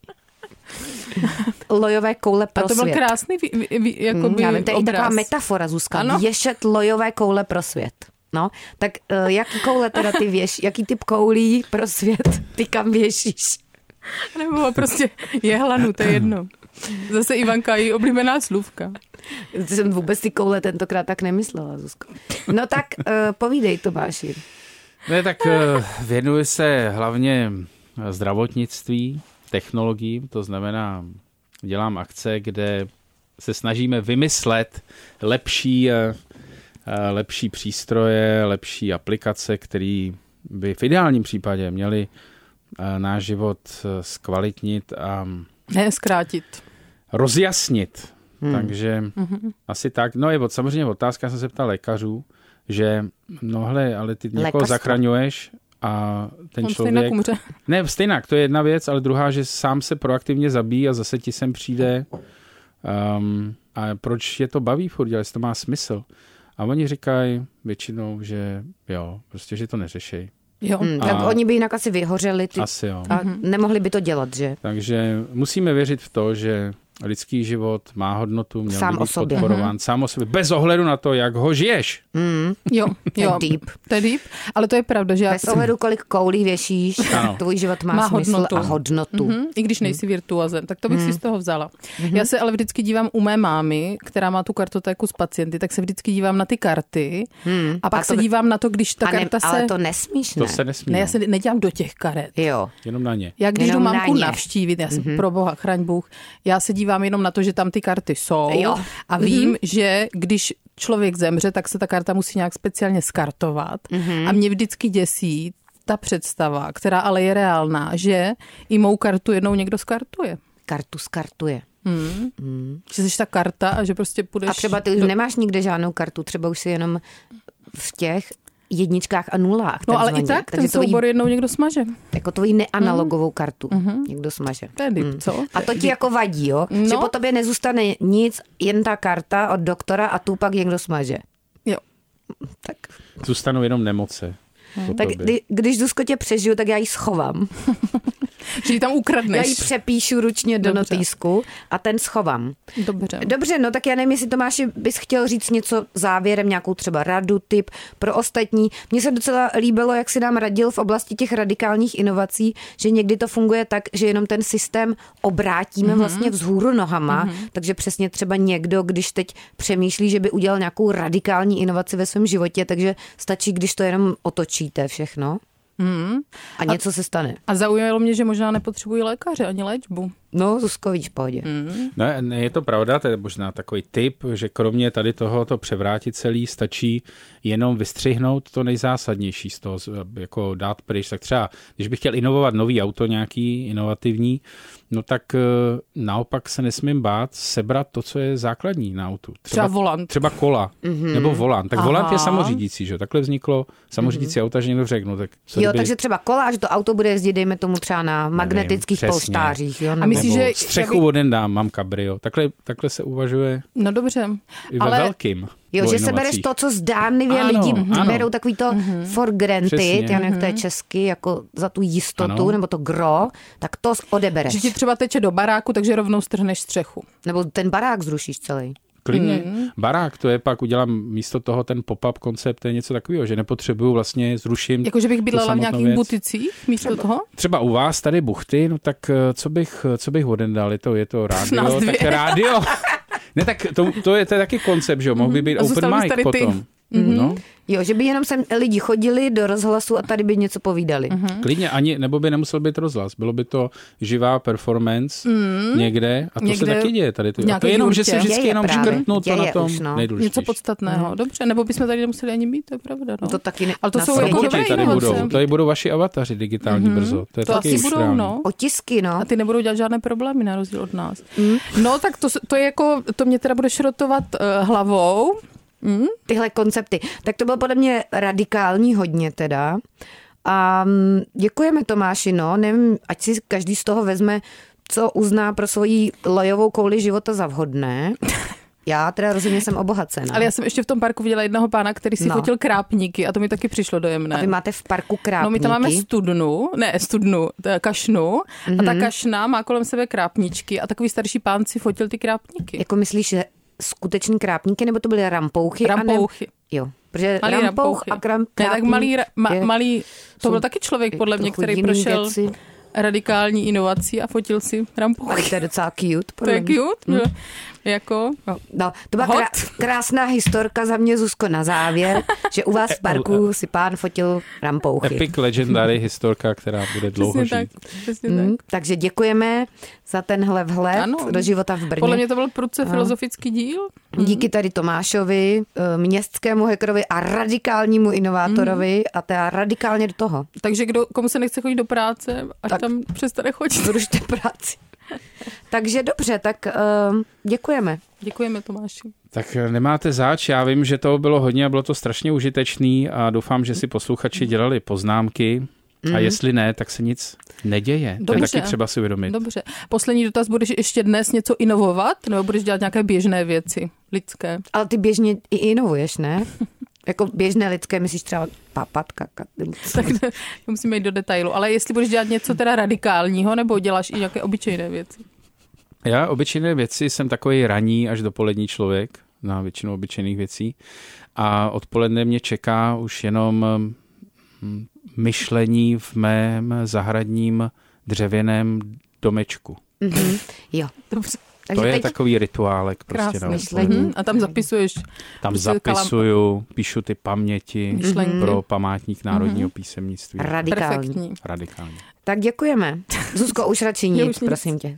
[SPEAKER 3] Lojové koule pro
[SPEAKER 4] A to byl
[SPEAKER 3] svět.
[SPEAKER 4] krásný vy, vy, vy,
[SPEAKER 3] Mm,
[SPEAKER 4] jakoby
[SPEAKER 3] Já vím, to je i
[SPEAKER 4] obraz.
[SPEAKER 3] taková metafora, Zuzka. Ano.
[SPEAKER 4] Ano.
[SPEAKER 3] Věšet lojové koule pro svět. No, tak eh, jaký koule teda ty věš, jaký typ koulí pro svět ty kam věšíš?
[SPEAKER 4] Nebo prostě je hlanu, to je jedno. Zase Ivanka, její oblíbená slůvka.
[SPEAKER 3] Jsem vůbec ty koule tentokrát tak nemyslela, Zuzko. No tak eh, povídej, Tomáši.
[SPEAKER 5] Ne, tak eh, věnuji se hlavně eh, zdravotnictví, technologiím, to znamená, dělám akce, kde se snažíme vymyslet lepší, eh, eh, lepší přístroje, lepší aplikace, které by v ideálním případě měly eh, náš život eh, zkvalitnit a
[SPEAKER 4] Ne, zkrátit.
[SPEAKER 5] rozjasnit. Hmm. Takže mm-hmm. asi tak. No je od- samozřejmě otázka, já jsem se ptal lékařů, že no hele, ale ty někoho
[SPEAKER 3] Lékařstvo.
[SPEAKER 5] zachraňuješ a ten
[SPEAKER 4] On stejně
[SPEAKER 5] člověk...
[SPEAKER 4] umře.
[SPEAKER 5] Ne, stejně, to je jedna věc, ale druhá, že sám se proaktivně zabíjí a zase ti sem přijde um, a proč je to baví furt, jestli to má smysl. A oni říkají většinou, že jo, prostě, že to neřešejí.
[SPEAKER 4] Jo.
[SPEAKER 3] Hmm, tak
[SPEAKER 5] A-
[SPEAKER 3] oni by jinak asi vyhořeli ty,
[SPEAKER 5] Asi no. jo.
[SPEAKER 3] a
[SPEAKER 4] Mhm.
[SPEAKER 3] nemohli by to dělat, že?
[SPEAKER 5] Takže musíme věřit v to, že lidský život má hodnotu, měl
[SPEAKER 3] Sám
[SPEAKER 5] by být
[SPEAKER 3] o sobě. hm.
[SPEAKER 5] podporován sám o sobě, bez ohledu na to, jak ho žiješ.
[SPEAKER 3] Hmm,
[SPEAKER 4] Jo,
[SPEAKER 3] to je
[SPEAKER 4] jo.
[SPEAKER 3] deep.
[SPEAKER 4] To je deep, ale to je pravda, že já
[SPEAKER 3] Bez ohledu, kolik koulí věšíš,
[SPEAKER 5] Ano.
[SPEAKER 3] tvůj život má,
[SPEAKER 4] Má
[SPEAKER 3] smysl
[SPEAKER 4] hodnotu.
[SPEAKER 3] a hodnotu.
[SPEAKER 4] Mhm, I když nejsi virtuozen, tak to
[SPEAKER 3] Mm-hmm.
[SPEAKER 4] bych si z toho vzala. Já se ale vždycky dívám u mé mámy, která má tu kartotéku s pacienty, tak se vždycky dívám na ty karty
[SPEAKER 3] Hmm,
[SPEAKER 4] a pak
[SPEAKER 3] a to
[SPEAKER 4] se
[SPEAKER 3] by-
[SPEAKER 4] dívám na to, když ta
[SPEAKER 3] A ne,
[SPEAKER 4] karta se...
[SPEAKER 3] Ale to nesmíš,
[SPEAKER 5] To
[SPEAKER 3] ne?
[SPEAKER 5] se nesmí.
[SPEAKER 4] Ne, já
[SPEAKER 5] no.
[SPEAKER 4] se nedělám do těch karet.
[SPEAKER 3] Jo.
[SPEAKER 5] Jenom na ně.
[SPEAKER 4] Já když jdu
[SPEAKER 3] Jenom na
[SPEAKER 4] mamku
[SPEAKER 3] ně. Mhm.
[SPEAKER 4] navštívit, já jsem mm-hmm. pro boha, chraň Bůh, já se dívám jenom na to, že tam ty karty jsou
[SPEAKER 3] Jo. Mhm.
[SPEAKER 4] a vím, mm-hmm. že když člověk zemře, tak se ta karta musí nějak speciálně skartovat
[SPEAKER 3] Mhm.
[SPEAKER 4] mm-hmm. a mě vždycky děsí ta představa, která ale je reálná, že i mou kartu jednou někdo skartuje.
[SPEAKER 3] Kartu skartuje.
[SPEAKER 4] Že jsi ta karta a že prostě půjdeš...
[SPEAKER 3] A třeba ty už nemáš nikde žádnou kartu, třeba už si jenom v těch jedničkách a nulách.
[SPEAKER 4] No ale i
[SPEAKER 3] takzvaně.
[SPEAKER 4] tak, ten
[SPEAKER 3] tvojí,
[SPEAKER 4] soubor jednou někdo smaže.
[SPEAKER 3] jako tvoji neanalogovou kartu někdo smaže.
[SPEAKER 4] To je deep, co?
[SPEAKER 3] A Mhm. to ti jako vadí, jo? No. Že
[SPEAKER 4] No.
[SPEAKER 3] po tobě nezůstane nic, jen ta karta od doktora a tu pak někdo smaže.
[SPEAKER 4] Jo.
[SPEAKER 3] Tak,
[SPEAKER 5] Zůstanou jenom nemoce. po
[SPEAKER 3] Hm. tak
[SPEAKER 5] tobě.
[SPEAKER 3] kdy, když Zuzko tě přežiju, tak já ji schovám.
[SPEAKER 4] Že ji tam
[SPEAKER 3] Já ji
[SPEAKER 4] ukradneš.
[SPEAKER 3] přepíšu ručně do
[SPEAKER 4] Dobře.
[SPEAKER 3] notýsku a ten schovám.
[SPEAKER 4] Dobře.
[SPEAKER 3] Dobře, no tak já nevím, jestli Tomáši bys chtěl říct něco závěrem, nějakou třeba radu, tip pro ostatní. Mně se docela líbilo, jak si nám radil v oblasti těch radikálních inovací, že někdy to funguje tak, že jenom ten systém obrátíme mm-hmm. vlastně vzhůru nohama, mm-hmm. takže přesně třeba někdo, když teď přemýšlí, že by udělal nějakou radikální inovaci ve svém životě, takže stačí, když to jenom otočíte všechno
[SPEAKER 4] Hmm.
[SPEAKER 3] a něco se stane.
[SPEAKER 4] A zaujalo mě, že možná nepotřebují lékaře ani léčbu.
[SPEAKER 3] No, Zuzko, víš, v pohodě.
[SPEAKER 5] Ne, ne, je to pravda, to je možná takový tip, že kromě tady toho to převrátit celý, stačí jenom vystřihnout to nejzásadnější z toho, z- jako dát pryč. Tak třeba, když bych chtěl inovovat nový auto nějaký, inovativní, no tak eh, naopak se nesmím bát sebrat to, co je základní na autu.
[SPEAKER 4] Třeba volant.
[SPEAKER 5] Třeba kola, mm-hmm. nebo volant. Tak
[SPEAKER 4] Mhm. Aha. Mhm.
[SPEAKER 5] Aha. volant je samořídící, že? jo? Takhle vzniklo samořídící mm-hmm. auta, že někdo řekl, no tak co
[SPEAKER 3] Jo,
[SPEAKER 5] kdyby-
[SPEAKER 3] takže třeba kola, a že to auto bude jezdit, dejme tomu třeba na magnetických
[SPEAKER 5] přesně.
[SPEAKER 3] polštářích. Jo,
[SPEAKER 4] A myslíš,
[SPEAKER 5] nebo
[SPEAKER 4] že-
[SPEAKER 5] střechu
[SPEAKER 4] že by-
[SPEAKER 5] oden dám, mám kabrio. Takhle, takhle se uvažuje
[SPEAKER 4] No dobře,
[SPEAKER 5] i ve
[SPEAKER 4] ale
[SPEAKER 5] velkým.
[SPEAKER 3] Jo,
[SPEAKER 5] o
[SPEAKER 3] že sebereš
[SPEAKER 5] inovacích.
[SPEAKER 3] to, co zdánlivě
[SPEAKER 5] Ano,
[SPEAKER 3] lidi
[SPEAKER 5] ano.
[SPEAKER 3] berou takový to
[SPEAKER 4] Mhm.
[SPEAKER 3] for granted,
[SPEAKER 5] Přesně.
[SPEAKER 3] já nevím, jak to je česky, jako za tu jistotu,
[SPEAKER 5] Ano.
[SPEAKER 3] nebo to gro, tak to odebereš.
[SPEAKER 4] že ti třeba teče do baráku, takže rovnou strhneš střechu.
[SPEAKER 3] Nebo ten barák zrušíš celý.
[SPEAKER 5] Klidně.
[SPEAKER 4] Mhm.
[SPEAKER 5] Barák, to je pak, udělám místo toho ten pop-up koncept, to je něco takového, že nepotřebuju vlastně, zruším.
[SPEAKER 4] Jako, že bych
[SPEAKER 5] tu
[SPEAKER 4] bydlela v
[SPEAKER 5] samotnou
[SPEAKER 4] nějakých
[SPEAKER 5] věc.
[SPEAKER 4] buticích místo toho?
[SPEAKER 5] Třeba u vás tady buchty, no tak eh, co bych, co bych odendal, je to, je to
[SPEAKER 4] Nás
[SPEAKER 5] rádio,
[SPEAKER 4] dvě.
[SPEAKER 5] tak rádio. Ne, tak to, to, je, to je taky koncept, že jo, mohl by být
[SPEAKER 4] Mhm. A zůstal
[SPEAKER 5] open
[SPEAKER 4] bys
[SPEAKER 5] mic
[SPEAKER 4] tady ty. Mhm.
[SPEAKER 5] potom. No,
[SPEAKER 3] Jo, že by jenom sem lidi chodili do rozhlasu a tady by něco povídali.
[SPEAKER 4] Mhm.
[SPEAKER 5] klidně ani, nebo by nemusel být rozhlas, bylo by to živá performance někde a to
[SPEAKER 4] Mhm. Někde
[SPEAKER 5] se taky děje tady. Ty, a to
[SPEAKER 4] nějaký
[SPEAKER 5] je jenom, že
[SPEAKER 4] hurtě.
[SPEAKER 5] se vždycky
[SPEAKER 3] Děje
[SPEAKER 5] jenom
[SPEAKER 3] právě,
[SPEAKER 5] škrtnu to
[SPEAKER 3] děje
[SPEAKER 5] na tom
[SPEAKER 3] už, no.
[SPEAKER 4] Něco
[SPEAKER 5] nejdůležitější.
[SPEAKER 4] podstatného, dobře. Nebo bychom tady nemuseli ani být, to je pravda. No.
[SPEAKER 3] Mhm. To taky ne-
[SPEAKER 4] ale to
[SPEAKER 3] na
[SPEAKER 4] jsou
[SPEAKER 3] světě.
[SPEAKER 4] jako
[SPEAKER 5] Roboti
[SPEAKER 4] dobré
[SPEAKER 5] tady
[SPEAKER 4] inovace.
[SPEAKER 5] budou, tady budou vaši avataři digitální mm-hmm. brzo. To, je
[SPEAKER 4] Mhm. To
[SPEAKER 5] taky
[SPEAKER 4] asi
[SPEAKER 5] už
[SPEAKER 4] budou,
[SPEAKER 5] reálný.
[SPEAKER 4] no.
[SPEAKER 3] Otisky, no.
[SPEAKER 4] A ty nebudou dělat žádné problémy, na rozdíl od nás.
[SPEAKER 3] Mm.
[SPEAKER 4] No, tak to, s- to je jako, to mě teda bude šrotovat uh, hlavou.
[SPEAKER 3] tyhle koncepty. Tak to bylo podle mě radikální hodně teda. A mm, děkujeme Tomáši, no, nevím, ať si každý z toho vezme, co uzná pro svoji lojovou kouli života za vhodné. Já teda rozhodně jsem obohacena.
[SPEAKER 4] Ale já jsem ještě v tom parku viděla jednoho pána, který si
[SPEAKER 3] No.
[SPEAKER 4] no. fotil krápníky a to mi taky přišlo dojemné.
[SPEAKER 3] A vy máte v parku
[SPEAKER 4] No my
[SPEAKER 3] krápníky. Mhm.
[SPEAKER 4] tam máme studnu, ne studnu, t- kašnu mm-hmm. a ta kašna má kolem sebe krápničky a takový starší pán si fotil ty krápníky.
[SPEAKER 3] Jako myslíš, že skuteční krápníky, nebo to byly rampouchy? a ne-
[SPEAKER 4] Rampouchy.
[SPEAKER 3] Jo, protože
[SPEAKER 4] Malý
[SPEAKER 3] rampouch
[SPEAKER 4] rampouchy.
[SPEAKER 3] a kram,
[SPEAKER 4] ne, tak
[SPEAKER 3] krápník
[SPEAKER 4] malý, ra- ma,
[SPEAKER 3] je-
[SPEAKER 4] malý, to
[SPEAKER 3] jsou
[SPEAKER 4] byl taky člověk podle mě,
[SPEAKER 3] trochu
[SPEAKER 4] který
[SPEAKER 3] jiný
[SPEAKER 4] prošel
[SPEAKER 3] věci.
[SPEAKER 4] radikální inovací a fotil si
[SPEAKER 3] Ale
[SPEAKER 4] rampouchy.
[SPEAKER 3] to je Mm. docela cute.
[SPEAKER 4] To
[SPEAKER 3] podle
[SPEAKER 4] je
[SPEAKER 3] mě.
[SPEAKER 4] cute, že? Jako, no.
[SPEAKER 3] No, to byla
[SPEAKER 4] Hot.
[SPEAKER 3] krá- krásná historka za mě, Zuzko, na závěr, že u vás v parku si pán fotil rampouchy.
[SPEAKER 5] Epic legendary historka, která bude dlouho
[SPEAKER 4] přesně
[SPEAKER 5] žít.
[SPEAKER 4] tak, přesně tak.
[SPEAKER 3] Mm, takže děkujeme za tenhle vhled
[SPEAKER 4] Ano.
[SPEAKER 3] do života v Brně.
[SPEAKER 4] Podle mě Mhm. to byl prudce filozofický díl.
[SPEAKER 3] Díky tady Tomášovi, eh, městskému hackerovi a radikálnímu
[SPEAKER 4] Mhm.
[SPEAKER 3] inovátorovi a teda radikálně do toho.
[SPEAKER 4] Takže kdo, komu se nechce chodit do práce, až
[SPEAKER 3] Tak.
[SPEAKER 4] tam přestane chodit.
[SPEAKER 3] Zrušte práci. Takže dobře, tak eh, děkujeme.
[SPEAKER 4] Děkujeme Tomáši.
[SPEAKER 5] Tak eh, nemáte záč, já vím, že toho bylo hodně a bylo to strašně užitečný a doufám, že si posluchači dělali poznámky A jestli ne, tak se nic neděje. Dobře. To je
[SPEAKER 4] Mhm. Dobře.
[SPEAKER 5] taky třeba si uvědomit.
[SPEAKER 4] Dobře. Poslední dotaz, budeš ještě dnes něco inovovat nebo budeš dělat nějaké běžné věci lidské?
[SPEAKER 3] Ale ty běžně i inovuješ, ne? Jako běžné lidské, myslíš třeba papatka.
[SPEAKER 4] Tak to musíme jít do detailu. Ale jestli budeš dělat něco teda radikálního nebo děláš i nějaké obyčejné věci?
[SPEAKER 5] Já obyčejné věci jsem takový raní až dopolední člověk na většinu obyčejných věcí a odpoledne mě čeká už jenom mm, myšlení v mém zahradním dřevěném domečku.
[SPEAKER 3] Mhm. Jo.
[SPEAKER 4] Dobře.
[SPEAKER 3] Takže
[SPEAKER 5] to je
[SPEAKER 3] teď
[SPEAKER 5] takový rituálek
[SPEAKER 4] Krásný.
[SPEAKER 5] prostě na odpoledne.
[SPEAKER 3] Myšlení.
[SPEAKER 4] Mhm. A tam zapisuješ
[SPEAKER 5] Tam
[SPEAKER 4] Prostě kalam-
[SPEAKER 5] zapisuju, píšu ty paměti
[SPEAKER 4] myšlenky.
[SPEAKER 5] pro památník národního písemnictví.
[SPEAKER 3] radikální.
[SPEAKER 4] Perfektní.
[SPEAKER 5] Radikálně.
[SPEAKER 3] Tak děkujeme. Zuzko, už radši
[SPEAKER 4] Já
[SPEAKER 3] nic,
[SPEAKER 4] už nic.
[SPEAKER 3] prosím tě.